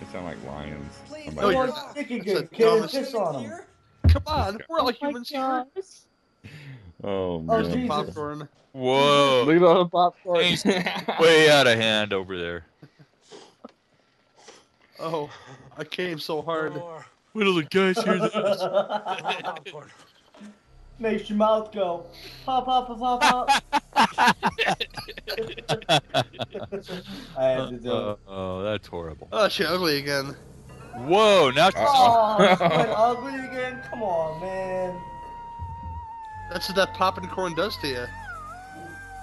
They sound like lions. Please No, No, Somebody, you're you're not. Sticky That's good the kid. dumbest- Piss on him. Come on, we're all Oh my humans here. gosh. oh, Oh, man. Jesus. Popcorn. Whoa, Look at all the popcorn. Hey, way out of hand over there. Oh, I came so hard. Or What do the guys hear? That? popcorn. Makes your mouth go pop, pop, pop, pop, pop. I had to do Uh, it. oh, that's horrible. Oh, she ugly again. Whoa, now Oh, she went ugly again. Come on, man. That's what that popping corn does to you.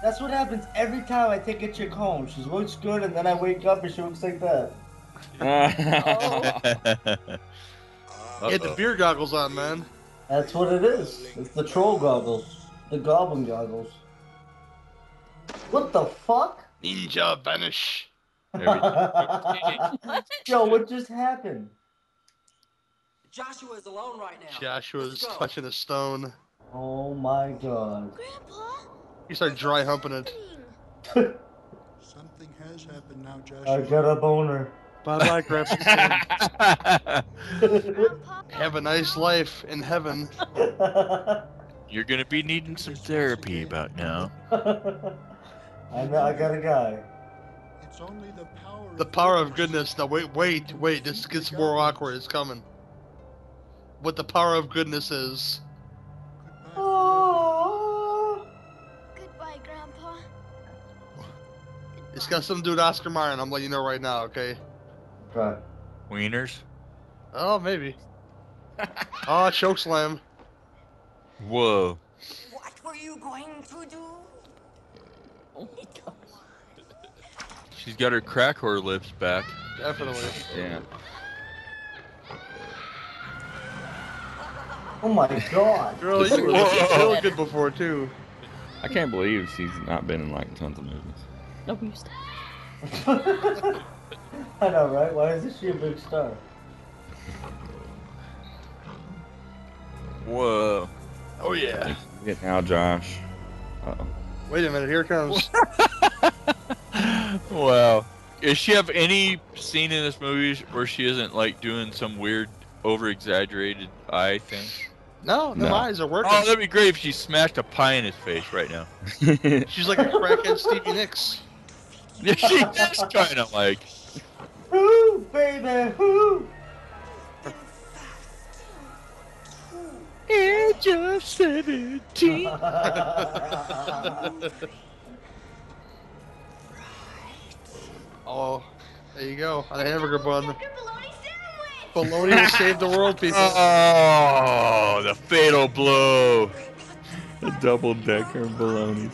That's what happens every time I take a chick home. She looks good, and then I wake up and she looks like that. Oh. You had Oh. the Uh-oh. beer goggles on, man. That's what it is. It's the troll goggles, the goblin goggles. What the fuck? Ninja vanish. Yo, what just happened? Joshua is alone right now. Joshua's Let's go. touching a stone. Oh my god. Grandpa? You start dry humping it. Happening? Something has happened now, I Joshua. got a boner. Bye bye, Grandpa. Sam. That's Grandpa? Have a nice life in heaven. You're gonna be needing some therapy about now. I know. I got a guy. It's only the power. The power of goodness. Now wait, wait, wait. This gets more awkward. It's coming. What the power of goodness is. Oh. Goodbye, Grandpa. It's got something to do with Oscar Mayer. I'm letting you know right now. Okay. Right. Wieners. Oh, maybe. oh, choke slam. Whoa. What were you going to do? She's got her crack whore lips back. Definitely. Yeah. Oh my god. Really, you were looking real good before too. I can't believe she's not been in like tons of movies. No, we used to. I know, right? Why isn't she a big star? Whoa. Oh yeah. Get now, Josh. Uh oh. Wait a minute. Here it comes. Wow. Does she have any scene in this movie where she isn't like doing some weird, over exaggerated eye thing? No, the No. eyes are working. Oh, that'd be great if she smashed a pie in his face right now. She's like a crackhead Stevie Nicks. she is kind of like. Whoo, baby, whoo! "Eh, Age of 17. Oh, there you go. A hamburger bun. Bologna will save the world, people. Oh, the fatal blow. A double decker bologna.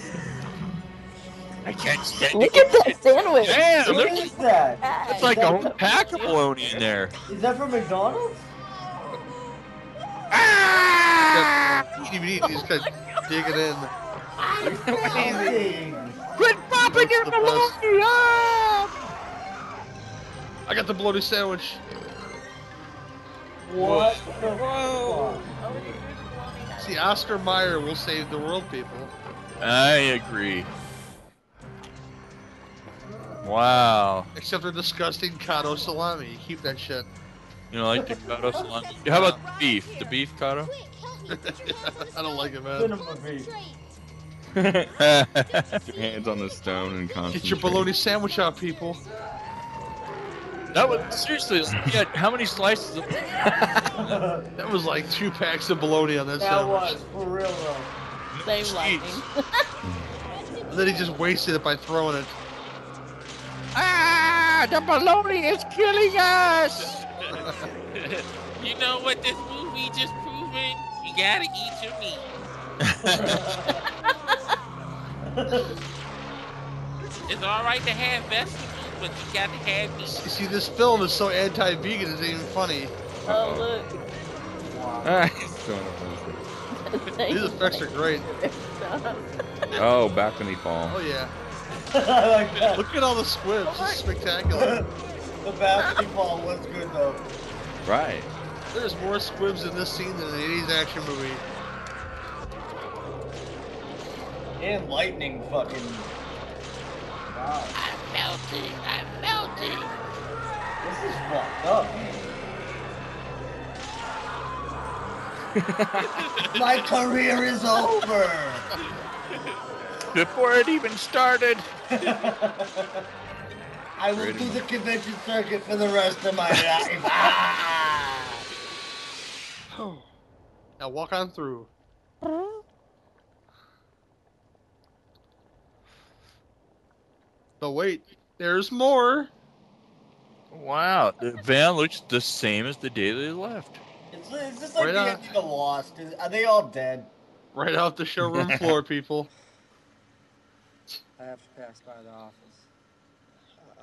I can't stand Look at that sandwich. Damn, What there's, is that? that's like a whole pack of bologna in there. Is that from McDonald's? You even eat, you just gotta dig it in. Amazing. Quit popping That's your the bologna up! I got the bologna sandwich. What the Whoa. fuck? Oh, See, Oscar Mayer will save the world, people. I agree. Wow. Except for disgusting Kato salami. You keep that shit. You know, like the kato salami. How about the beef? The beef kato? Quick, help me. Get your hands on the I don't like it, man. Cinema beef. straight. Put your hands on the stone and concentrate. Get your bologna sandwich out, people. That was seriously. Yeah, how many slices? Of, That was like two packs of bologna on that, That sandwich. was for real though. Same lightning. And then he just wasted it by throwing it. Ah, the bologna is killing us! You know what this movie just proven? You gotta eat your meat. It's alright to have vegetables, but you gotta have meat. You see, this film is so anti-vegan, it's not even funny. Oh Alright, it's going up on the stage. look. These effects are great. Oh, balcony fall. Oh yeah. I like that. Look at all the squibs. It's spectacular. the basketball was good though. Right. There's more squibs in this scene than in an 80s action movie. And lightning fucking. Wow. I'm melting, I'm melting. This is fucked up. My career is over. Before it even started. I will do the convention circuit for the rest of my life. Ah! Now walk on through. But wait, there's more. wow, the van looks the same as the day they left. Is, is this like Right the on. ending of Lost? Is- are they all dead? Right off the showroom floor, people. I have to pass by the office.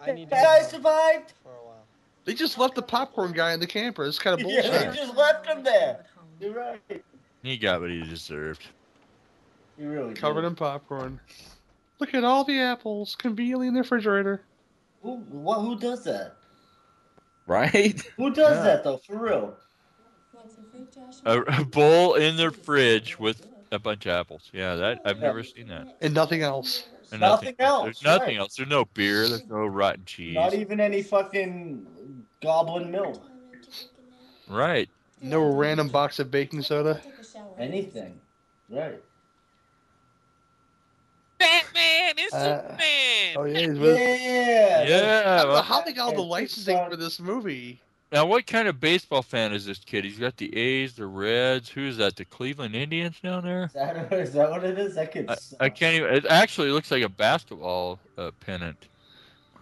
I I need need to And I survived. for a while. They just left the popcorn guy in the camper. It's kind of bullshit. Yeah, they just left him there. You're right. He got what he deserved. You really Covered did. in popcorn. Look at all the apples conveniently in the refrigerator. Who, what, who does that? Right? Who does Yeah. that though? For real? A, a bowl in the fridge with a bunch of apples. Yeah, that I've never seen that. And nothing else. And Nothing else, There's nothing right. else. There's no beer. There's no rotten cheese. Not even any fucking goblin milk. Right. No random box of baking soda. Anything. Right. Batman is Uh, Superman. Oh yeah, he's with- yeah. Yeah, I don't know well- how they got all the licensing for this movie. Now, what kind of baseball fan is this kid? He's got the A's, the Reds. Who is that? The Cleveland Indians down there? Is that, is that what it is? That could I, I can't even. It actually looks like a basketball uh, pennant.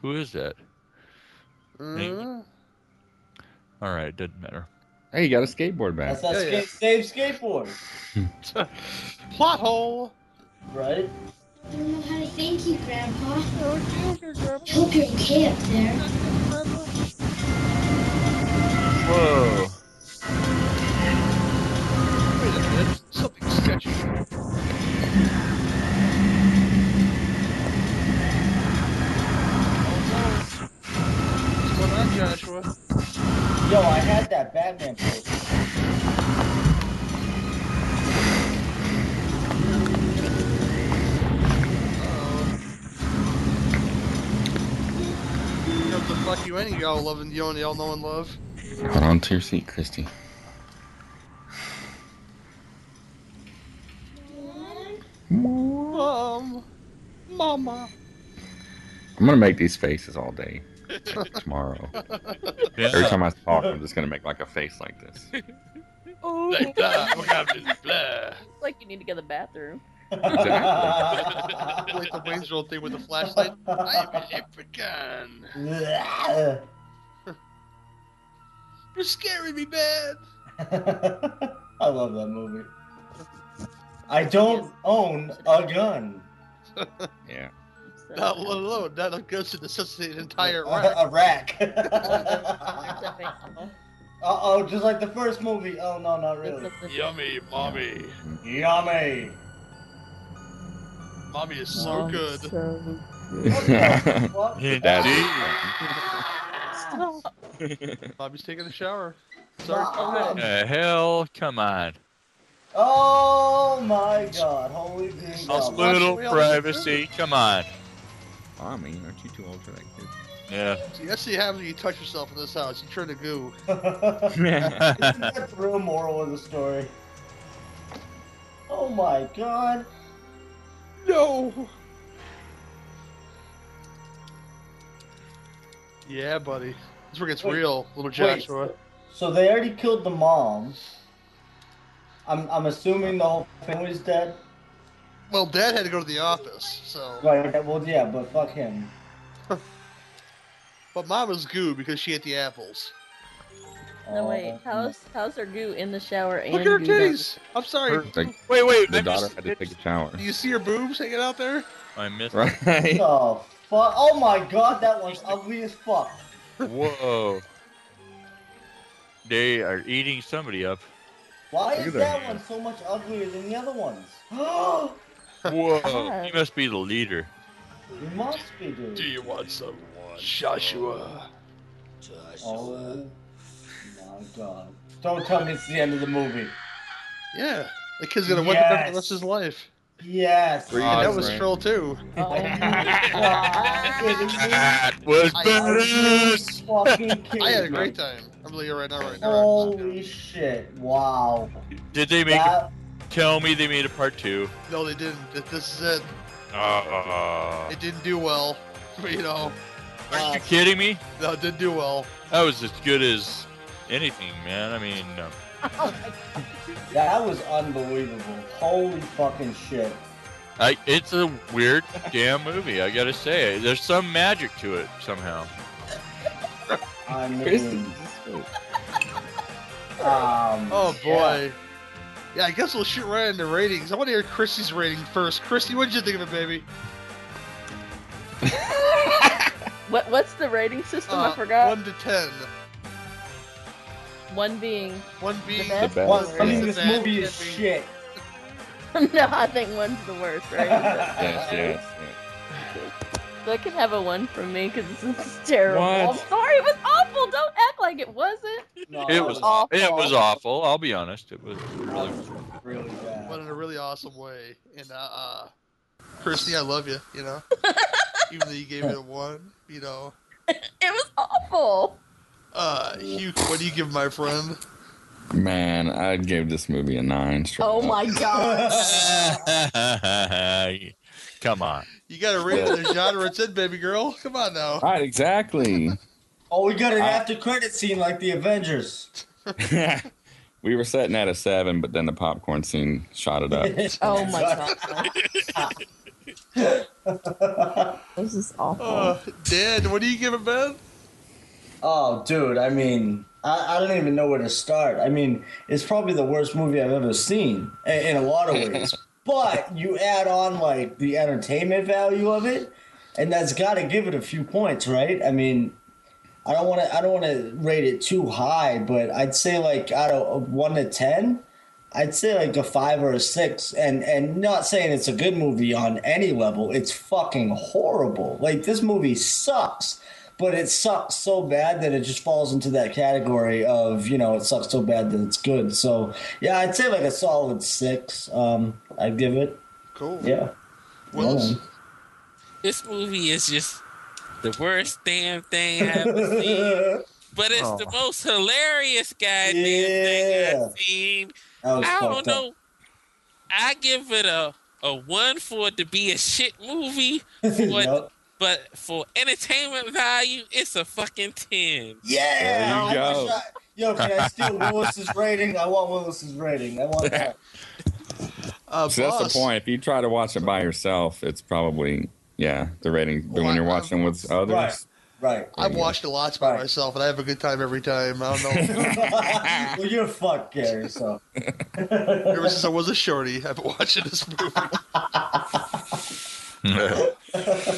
Who is that? Mhm. All right, it doesn't matter. Hey, you got a skateboard That's back. that Yeah, skate, save skateboard, Mm-hmm. Plot hole. right? I don't know how to thank you, Grandpa. Hope you're okay up there. Whoa. Wait a minute, something sketchy. What's going on, Joshua? Yo, I had that Batman poster. You know, the fuck you ain't y'all loving you and y'all knowing love. Hold on to your seat, Christy. Mom, Um, mama. I'm gonna make these faces all day tomorrow. Every time I talk, I'm just gonna make like a face like this. Oh, Like that, we have this blah. it's like you need to go to the bathroom. Exactly. like the Wayne's World thing with the flashlight. I'm a leprechaun. Blah. You're scaring me, man. I love that movie. I don't own a gun. Yeah. So, Not let alone not a ghost to necessitate an entire rack. A, a rack. that's uh, a thing. Uh oh, just like the first movie. Oh no, not really. Yummy, mommy. Yummy. Mommy is so good. So What? Mommy's taking a shower. Sorry, Mom. The hell, come on. Oh my god, holy green goblin. Hospital privacy, come on. Mommy, aren't you too old for that kid? Yeah. See, that's the happening. You touch yourself in this house. You turn to goo. Isn't that the real moral of the story? Oh my god. No. Yeah, buddy. This where it gets Wait, real, little Joshua. So they already killed the mom. I'm, I'm assuming the whole family's dead. Well, Dad had to go to the office, so. Right, well, yeah, but fuck him. But Mom was goo because she ate the apples. Oh, No wait, how's how's her goo in the shower and Look at her goo down- titties. I'm sorry. Like, Wait, wait. the I daughter missed, had to take a shower. Do you see her boobs hanging out there? I missed. Right? Oh, fuck. Oh my god, that one's ugly as fuck. Whoa. They are eating somebody up. Why Look is at their that one hands. so much uglier than the other ones? Oh, Whoa. He must be the leader. you must be, dude. Do you want some Joshua? Oh my god. Don't tell me it's the end of the movie. Yeah. The kid's gonna wonder that for Yes. the rest of his life. Yes. Three And that dogs, was right? Troll too. Oh my god. That was I- badass. Fucking I had a kidding me. great time. I'm really right now, right now. Holy shit. Wow. Did they make? That, Tell me they made a part two. No, they didn't. Th- This is it. Uh, It didn't do well. You know, Uh, are you kidding me? no, it didn't do well. That was as good as anything, man. I mean, uh, that was unbelievable. Holy fucking shit. I, it's a weird damn movie. I gotta say, there's some magic to it somehow. I Christy, mean, this is- um, Oh yeah. boy. Yeah, I guess we'll shoot right into ratings. I want to hear Christy's rating first. Christy, what did you think of it, baby? Oh What what's the rating system? Uh, Oh, I forgot. One to ten. One, being One being best? The Well, best. I mean, It's this a bad movie is movie. shit. no, I think one's the worst, right? Yes, yes, so I can have a one from me because this is terrible. What? I'm sorry, it was awful. Don't act like it wasn't. No, It that was it was awful. I'll be honest. It was really. Really bad. but in a really awesome way. And uh, uh Christy, I love you. You know, even though you gave it a one, you know. It was awful. Uh, Hugh, what do you give my friend? Man, I'd give this movie a nine. straight Oh up. my god. Come on. You got to rate it the genre it's in, baby girl. Come on now. Right, exactly. Oh, we got an Uh, after credit scene like the Avengers. we were setting at a seven, but then the popcorn scene shot it up. oh my god. This is awful. Uh, Dad, what do you give it, Ben? Oh, dude, I mean, I, I don't even know where to start. I mean, it's probably the worst movie I've ever seen in, in a lot of ways. but you add on, like, the entertainment value of it, and that's got to give it a few points, right? I mean, I don't want to I don't want to rate it too high, but I'd say like out of 1 to 10, I'd say like a 5 or a 6 and and not saying it's a good movie on any level. It's fucking horrible. Like this movie sucks. But it sucks so bad that it just falls into that category of, you know, it sucks so bad that it's good. So, yeah, I'd say like a solid 6. Um I'd give it. Cool. Yeah. Well, Yeah. This movie is just the worst damn thing I've ever seen. But it's the Oh. most hilarious goddamn thing Yeah. I've seen. That was I don't fucked up. know. I give it a a one for it to be a shit movie, for it- Yep. but for entertainment value, it's a fucking ten. Yeah, There you I go. wish I, yo, can I steal Willis's rating? I want Willis's rating. I want that. Uh, so that's the point. If you try to watch it by yourself, it's probably yeah the rating. But when you're watching with others, Right. I've watched a lot by myself, and I have a good time every time. I don't know. well, you're fucked, Gary. So Ever since I was a shorty, I've been watching this movie.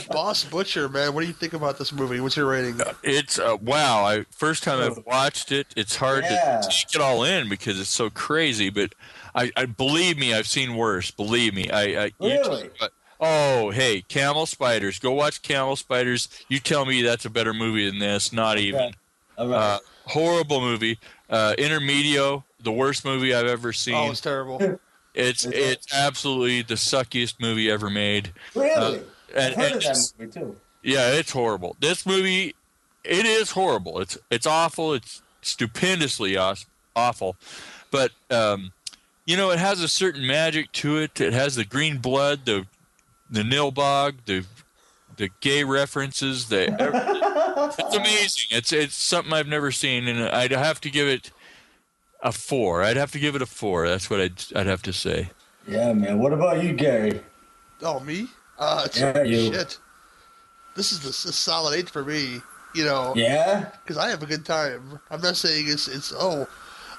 Boss Butcher, man, what do you think about this movie? What's your rating? It's uh, wow! I first time I've watched it. It's hard Yeah. to take it all in because it's so crazy. But I, I believe me, I've seen worse. Believe me, I, I you Really? talk about- oh hey, Camel Spiders. Go watch Camel Spiders. You tell me that's a better movie than this. Not even. Uh, horrible movie. Uh, Intermedio, the worst movie I've ever seen. Oh, it's terrible. It's it's absolutely the suckiest movie ever made. Really? Uh, I've and- heard and of that movie too. yeah, it's horrible. This movie, it is horrible. It's it's awful. It's stupendously aw- awful, but um, you know it has a certain magic to it. It has the green blood, the the nilbog, the the gay references. The it's amazing. It's it's something I've never seen, and I'd have to give it a four. I'd have to give it a four. That's what I'd I'd have to say. Yeah, man. What about you, Gary? Oh, me? Uh, it's- Yeah, you. Shit. This is a, a solid eight for me. You know. Yeah? Because I have a good time. I'm not saying it's it's oh,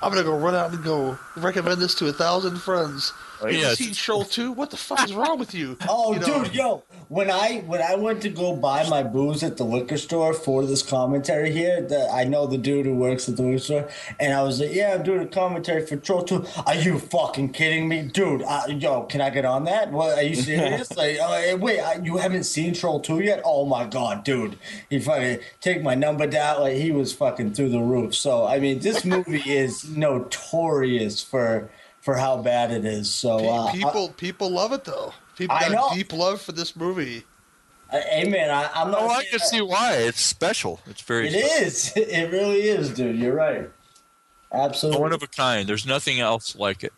I'm gonna go run out and go recommend this to a thousand friends. Oh, Have yeah. you seen Troll Two? What the fuck is wrong with you? Oh, You know, dude, yo! When I when I went to go buy my booze at the liquor store for this commentary here, that I know the dude who works at the liquor store, and I was like, "Yeah, I'm doing a commentary for Troll 2. Are you fucking kidding me, dude? I, yo, can I get on that? What are you serious? like, uh, wait, I, you haven't seen Troll Two yet? Oh my god, dude! He fucking take my number down. Like he was fucking through the roof. So I mean, this movie is notorious for for how bad it is. So pe- uh, I- people people love it though. People I got know. deep love for this movie. Uh, hey man, I, I'm not. Oh, I saying can that- see why. It's special. It's very. It special. is. It really is, dude. You're right. Absolutely. One of a kind. There's nothing else like it.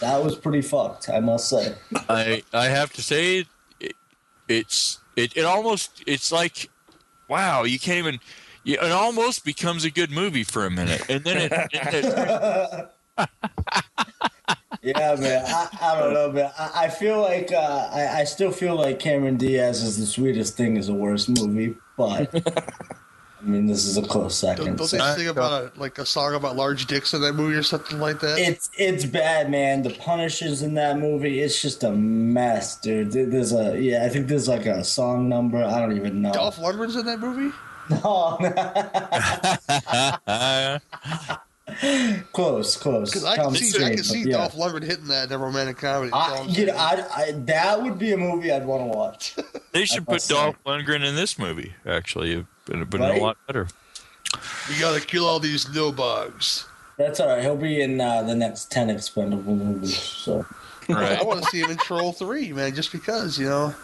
That was pretty fucked, I must say. I I have to say, it, it's it, it almost it's like, wow, you can't even. you- It almost becomes a good movie for a minute, and then it. it- Yeah, man. I, I don't know, man. I, I feel like uh, I, I still feel like Cameron Diaz is the sweetest thing is the worst movie, but I mean this is a close 2nd Don't, don't they sing about a, like a song about large dicks in that movie or something like that? It's it's bad, man. The Punishers in that movie, it's just a mess, dude. There- There's a yeah, I think there's like a song number. I don't even know. Dolph Lundgren's in that movie. uh, close, close. Because I can Common see I can sense, see but yeah. Dolph Lundgren hitting that in a romantic comedy. I, you know, I, I, that would be a movie I'd want to watch. they should put Dolph Lundgren in this movie. Actually, it would have been a Right? lot better. we gotta kill all these no bugs. That's all right. He'll be in uh, the next ten expendable movies. So I want to see him in Troll Three, man, just because you know.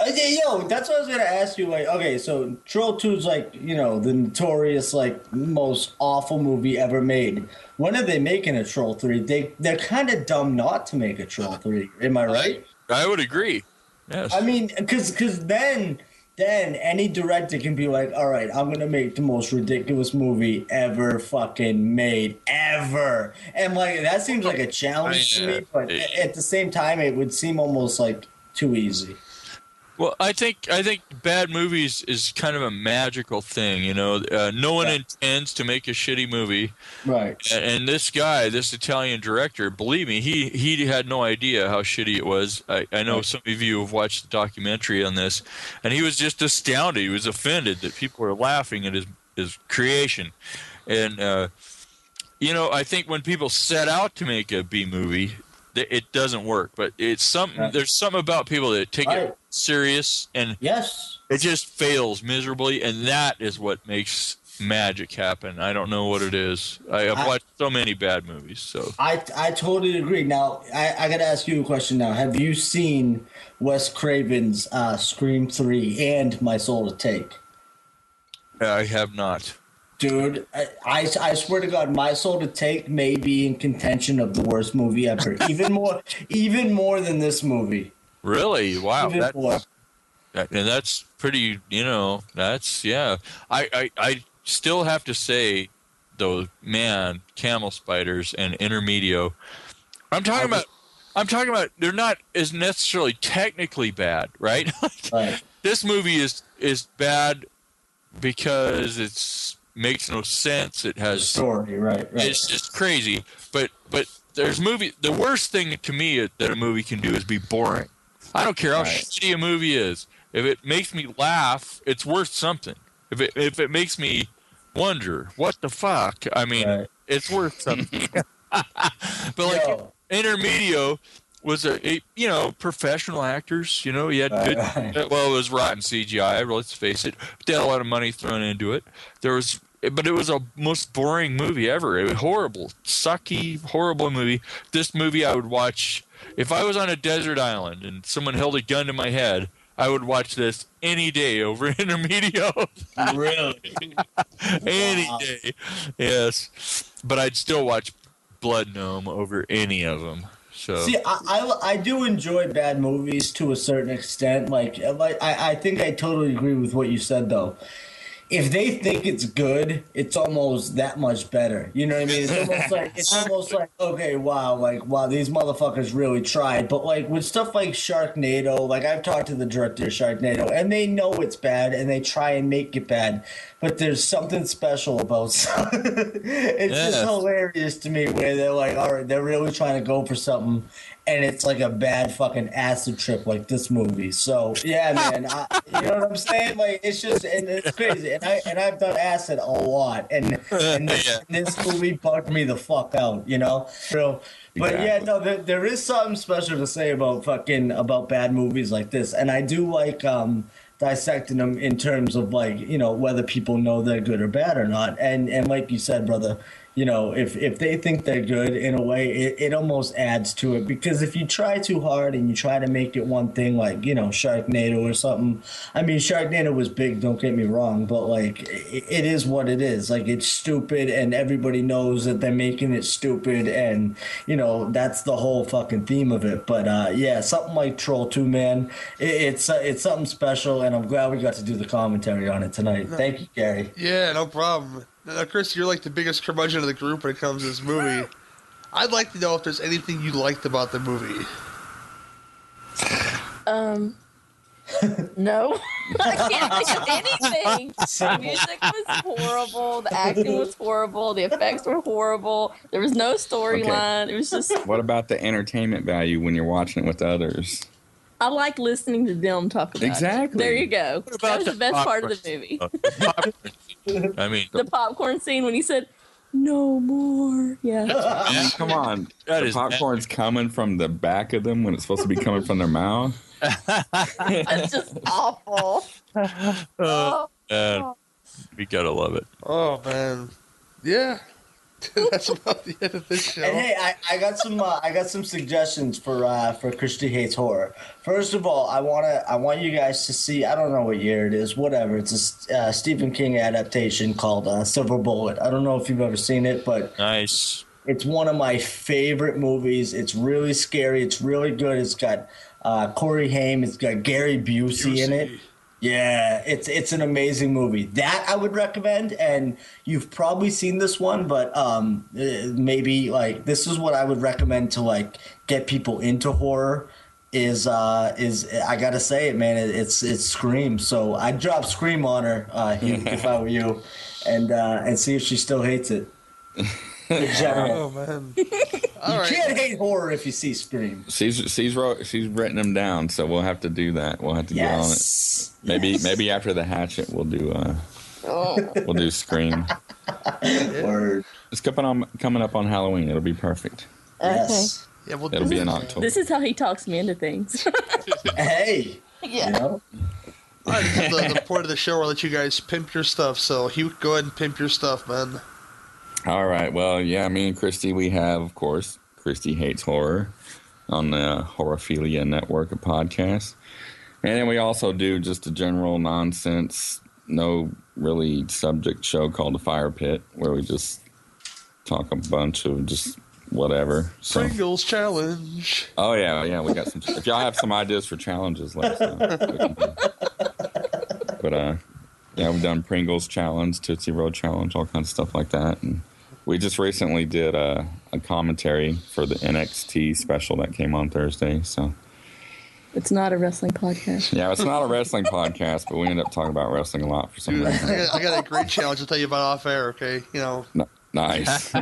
Okay, yo, that's what I was gonna ask you. Like, okay, so Troll Two's like, you know, the notorious, like, most awful movie ever made. When are they making a Troll Three? They they're kind of dumb not to make a Troll Three. Am I right? I would agree. Yes. I mean, because because then then any director can be like, all right, I'm gonna make the most ridiculous movie ever fucking made ever, and like that seems like a challenge to me. But a- at the same time, it would seem almost like too easy. Well, I think I think bad movies is kind of a magical thing, you know. Uh, no one intends to make a shitty movie, right? And, and this guy, this Italian director, believe me, he he had no idea how shitty it was. I, I know some of you have watched the documentary on this, and he was just astounded. He was offended that people were laughing at his his creation, and uh, you know, I think when people set out to make a B movie, th- it doesn't work. But it's something. Right. There's something about people that take Right. it serious and yes, it just fails miserably, and that is what makes magic happen. I don't know what it is. I, I've I- watched so many bad movies, so I I totally agree. Now I, I gotta ask you a question. Now, have you seen Wes Craven's uh, Scream Three and My Soul to Take? I have not. Dude, I, I, I swear to God, My Soul to Take may be in contention of the worst movie ever. even more, even more than this movie. Really? Wow. Even more. That's, that, and that's pretty, you know, that's, yeah. I, I, I still have to say, though, man, camel spiders and intermedio. I'm talking about, I'm talking about, they're not as necessarily technically bad, right? Like, This movie is, is bad because it's makes no sense. It has Story, right, right. It's just crazy. But but there's movie. The worst thing to me that a movie can do is be boring. I don't care how shitty a movie is. If it makes me laugh, it's worth something. If it if it makes me wonder what the fuck, I mean, it's worth something. but like Intermedio was a it- you know professional actors. You know he had good. Well, it was rotten CGI. Let's face it. But they had a lot of money thrown into it. There was, but it was a most boring movie ever. It was horrible, sucky, horrible movie. This movie I would watch if I was on a desert island and someone held a gun to my head. I would watch this any day over Intermedio. really? any day. Yes. But I'd still watch Blood Gnome over any of them. So See, I, I, I do enjoy bad movies to a certain extent. Like, like I, I think I totally agree with what you said, though. If they think it's good, it's almost that much better. You know what I mean? It's almost like it's almost like okay, wow, like wow, these motherfuckers really tried. But like with stuff like Sharknado, like I've talked to the director of Sharknado, and they know it's bad, and they try and make it bad. But there's something special about it's just Yeah. hilarious to me where they're like, all right, they're really trying to go for something, and it's like a bad fucking acid trip like this movie. So yeah, man, I, you know what I'm saying? Like it's just and it's crazy. And I and I've done acid a lot, and and this, this movie bugged me the fuck out, you know. So, but yeah, no, there, there is something special to say about fucking about bad movies like this, and I do like um dissecting them in terms of like you know whether people know they're good or bad or not and and like you said brother you know if if they think they're good in a way it, it almost adds to it because if you try too hard and you try to make it one thing like you know sharknado or something i mean sharknado was big don't get me wrong but like it, it is what it is like it's stupid and everybody knows that they're making it stupid and you know that's the whole fucking theme of it but uh yeah something like troll 2 man it, it's uh, it's something special and i'm glad we got to do the commentary on it tonight thank you gary Yeah, no problem. Now, Chris, you're like the biggest curmudgeon of the group when it comes to this movie. I'd like to know if there's anything you liked about the movie. Um, no, I can't think of anything. The music was horrible. The acting was horrible. The effects were horrible. There was no storyline. It was just What about the entertainment value when you're watching it with others? I like listening to them talk about it. Exactly. There you go. that was the, the best part of the movie. I mean, The popcorn scene when he said, "No more." Yeah. Ah. I mean, come on. That the is- popcorn's coming from the back of them when it's supposed to be coming from their mouth. That's just awful. Oh. Uh, uh, we gotta love it. Oh man, yeah. That's about the end of this show. And hey, I, I got some uh, I got some suggestions for uh, for Christy hates horror. First of all, I wanna I want you guys to see I don't know what year it is, whatever. It's a uh, Stephen King adaptation called uh, Silver Bullet. I don't know if you've ever seen it, but nice. It's one of my favorite movies. It's really scary. It's really good. It's got uh, Corey Haim. It's got Gary Busey, in it. Yeah, it's it's an amazing movie. That I would recommend, and you've probably seen this one, but um, eh, maybe like this is what I would recommend to like get people into horror. Is uh is I gotta say it, man. It, it's it's Scream. So I would drop Scream on her uh, Heath, if I were you, and uh, and see if she still hates it. In general, Oh man. you can't hate horror if you see Scream. She's she's wrote, she's written them down, so we'll have to do that. We'll have to Yes. get on it. Maybe maybe after the hatchet, we'll do uh we'll do scream. Word. It's coming on coming up on Halloween. It'll be perfect. Yeah, well, It'll be in October. This is how he talks me into things. hey. Yeah. All right, this is the, the point of the show where I let you guys pimp your stuff. So, Hugh, go ahead and pimp your stuff, man. All right. Well, yeah, me and Christy, we have, of course, Christy Hates Horror on the Horophilia Network of podcasts. And then we also do just a general nonsense, no really subject show called The Fire Pit, where we just talk a bunch of just whatever. So, Pringles challenge. oh, yeah, yeah, we got some. If y'all have some ideas for challenges, let us know. But uh, yeah, we've done Pringles challenge, Tootsie Roll challenge, all kinds of stuff like that. And we just recently did a, a commentary for the NXT special that came on Thursday. So It's not a wrestling podcast. yeah, it's not a wrestling podcast, but we end up talking about wrestling a lot for some Dude, I reason. got, I got a great challenge to tell you about off air. Okay, you know. N- nice.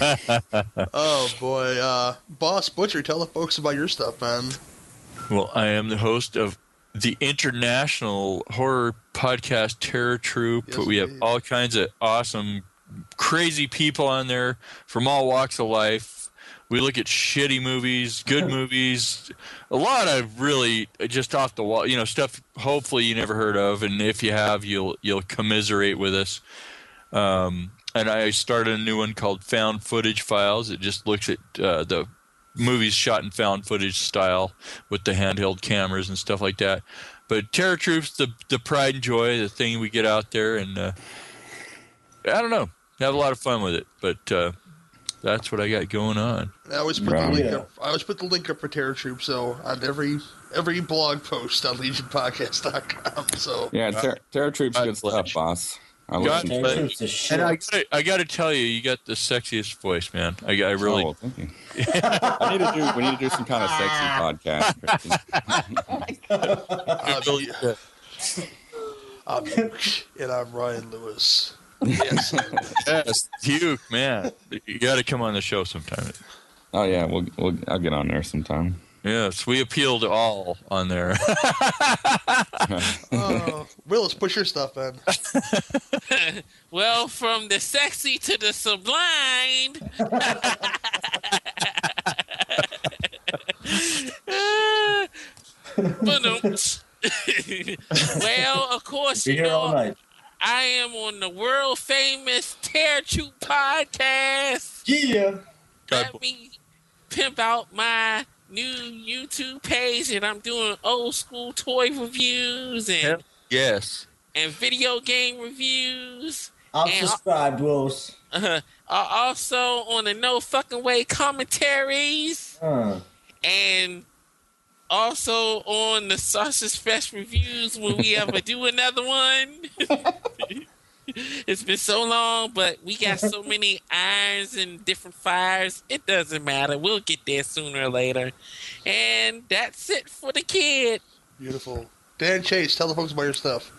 oh boy, uh, boss butcher, tell the folks about your stuff, man. Well, I am the host of the international horror podcast Terror Troop. Yes, we have indeed. all kinds of awesome, crazy people on there from all walks of life. We look at shitty movies, good movies, a lot of really just off the wall, you know, stuff hopefully you never heard of, and if you have, you'll you'll commiserate with us. Um, and I started a new one called Found Footage Files. It just looks at uh, the movies shot in found footage style with the handheld cameras and stuff like that. But Terror Troops, the the pride and joy, the thing we get out there, and uh, I don't know, have a lot of fun with it. But uh, that's what I got going on. I always put Right. the link Yeah. up. I always put the link up for Terror Troop. So on every every blog post on LegionPodcast.com. So yeah, ter- Terror Troop's good stuff, boss. I God listen bless- to it. and I gotta, I gotta tell you, you got the sexiest voice, man. I, I really. Oh, thank you. I need to do, we need to do some kind of sexy podcast. Christian. I'm, I'm Luke, and I'm Ryan Lewis. Yes, yes, Hugh, man, you got to come on the show sometime. Oh yeah, we'll, we'll I'll get on there sometime. Yes, we appeal to all on there. Oh, Willis, push your stuff, man. Well, from the sexy to the sublime. Uh, ba-dum-ts. um, well, of course, Be you here all know, night. I am on the world famous Tear Troop podcast. Yeah. Let me pimp out my new YouTube page, and I'm doing old school toy reviews and yes. and video game reviews. I'm and subscribed, Wills. uh, are also on the No Fucking Way commentaries Huh. and also on the Sausage Fest reviews when we ever do another one. it's been so long, but we got so many irons and different fires. It doesn't matter. We'll get there sooner or later. And that's it for the kid. Beautiful. Dan Chase, tell the folks about your stuff.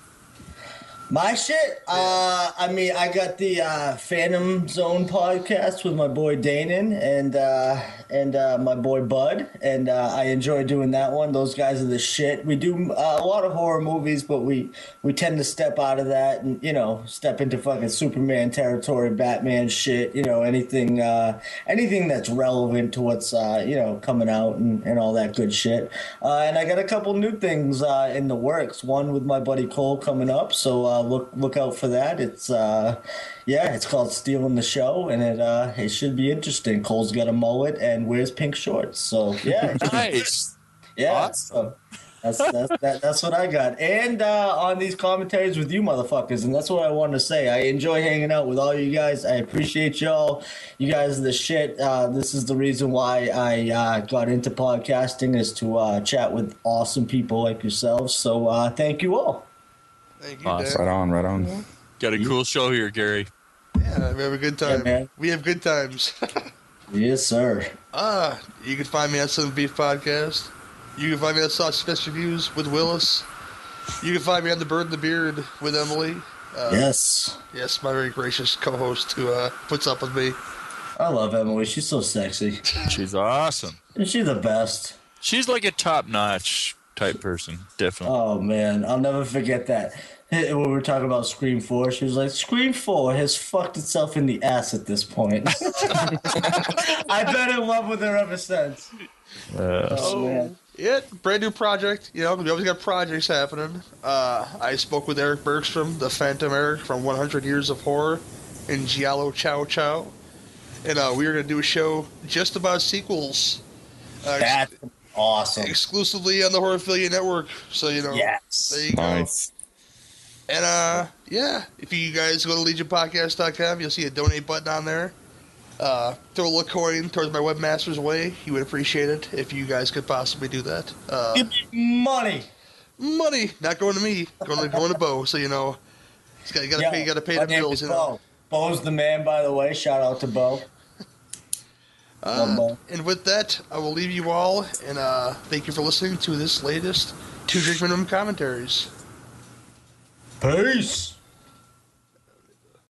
My shit. Uh, I mean, I got the uh, Phantom Zone podcast with my boy Danon and uh, and uh, my boy Bud, and uh, I enjoy doing that one. Those guys are the shit. We do uh, a lot of horror movies, but we we tend to step out of that and you know step into fucking Superman territory, Batman shit. You know anything uh, anything that's relevant to what's uh, you know coming out and, and all that good shit. Uh, and I got a couple new things uh, in the works. One with my buddy Cole coming up, so. Uh, uh, look look out for that. It's uh, yeah, it's called Stealing the Show, and it uh, it should be interesting. Cole's got a mullet and wears pink shorts, so yeah, nice, yeah. Awesome. That's that's, that, that's what I got. And uh, on these commentaries with you motherfuckers, and that's what I wanted to say. I enjoy hanging out with all you guys. I appreciate y'all. You guys are the shit. Uh, this is the reason why I uh, got into podcasting is to uh, chat with awesome people like yourselves. So uh, thank you all. Thank you, Awesome. Right on, right on. Got a cool show here, Gary. Yeah, we have a good time. we have good times. yes, sir. Uh, you can find me at Southern Beef Podcast. You can find me at Sausage Fest Reviews with Willis. You can find me on The Bird and the Beard with Emily. Uh, Yes, Yes, my very gracious co host who uh, puts up with me. I love Emily. She's so sexy. She's awesome. She's the best. She's like a top notch type person, definitely. Oh man, I'll never forget that. Hey, When we were talking about Scream Four, she was like, "Scream Four has fucked itself in the ass at this point." I've been in love with her ever since. Oh, So, man. yeah, brand new project. You know, we always got projects happening. Uh, I spoke with Eric Bergstrom, the Phantom Eric from 100 Years of Horror, and Giallo Chow Chow, and uh, we are going to do a show just about sequels. Uh, That's awesome. Exclusively on the Horrorphilia Network. So you know, yes, there you go. Nice. And uh, yeah, if you guys go to legionpodcast.com, you'll see a donate button on there. Uh, throw a little coin towards my webmaster's way. He would appreciate it if you guys could possibly do that. Uh, Give me money. Money, not going to me, going to going to Bo. So you know, it's got, you got to Yo, pay, you got to pay my the name bills. is You know. Bo. Bo's the man, by the way. Shout out to Bo. Love Uh, Bo. and with that, I will leave you all, and uh, thank you for listening to this latest Two Drink Minimum commentaries. Peace.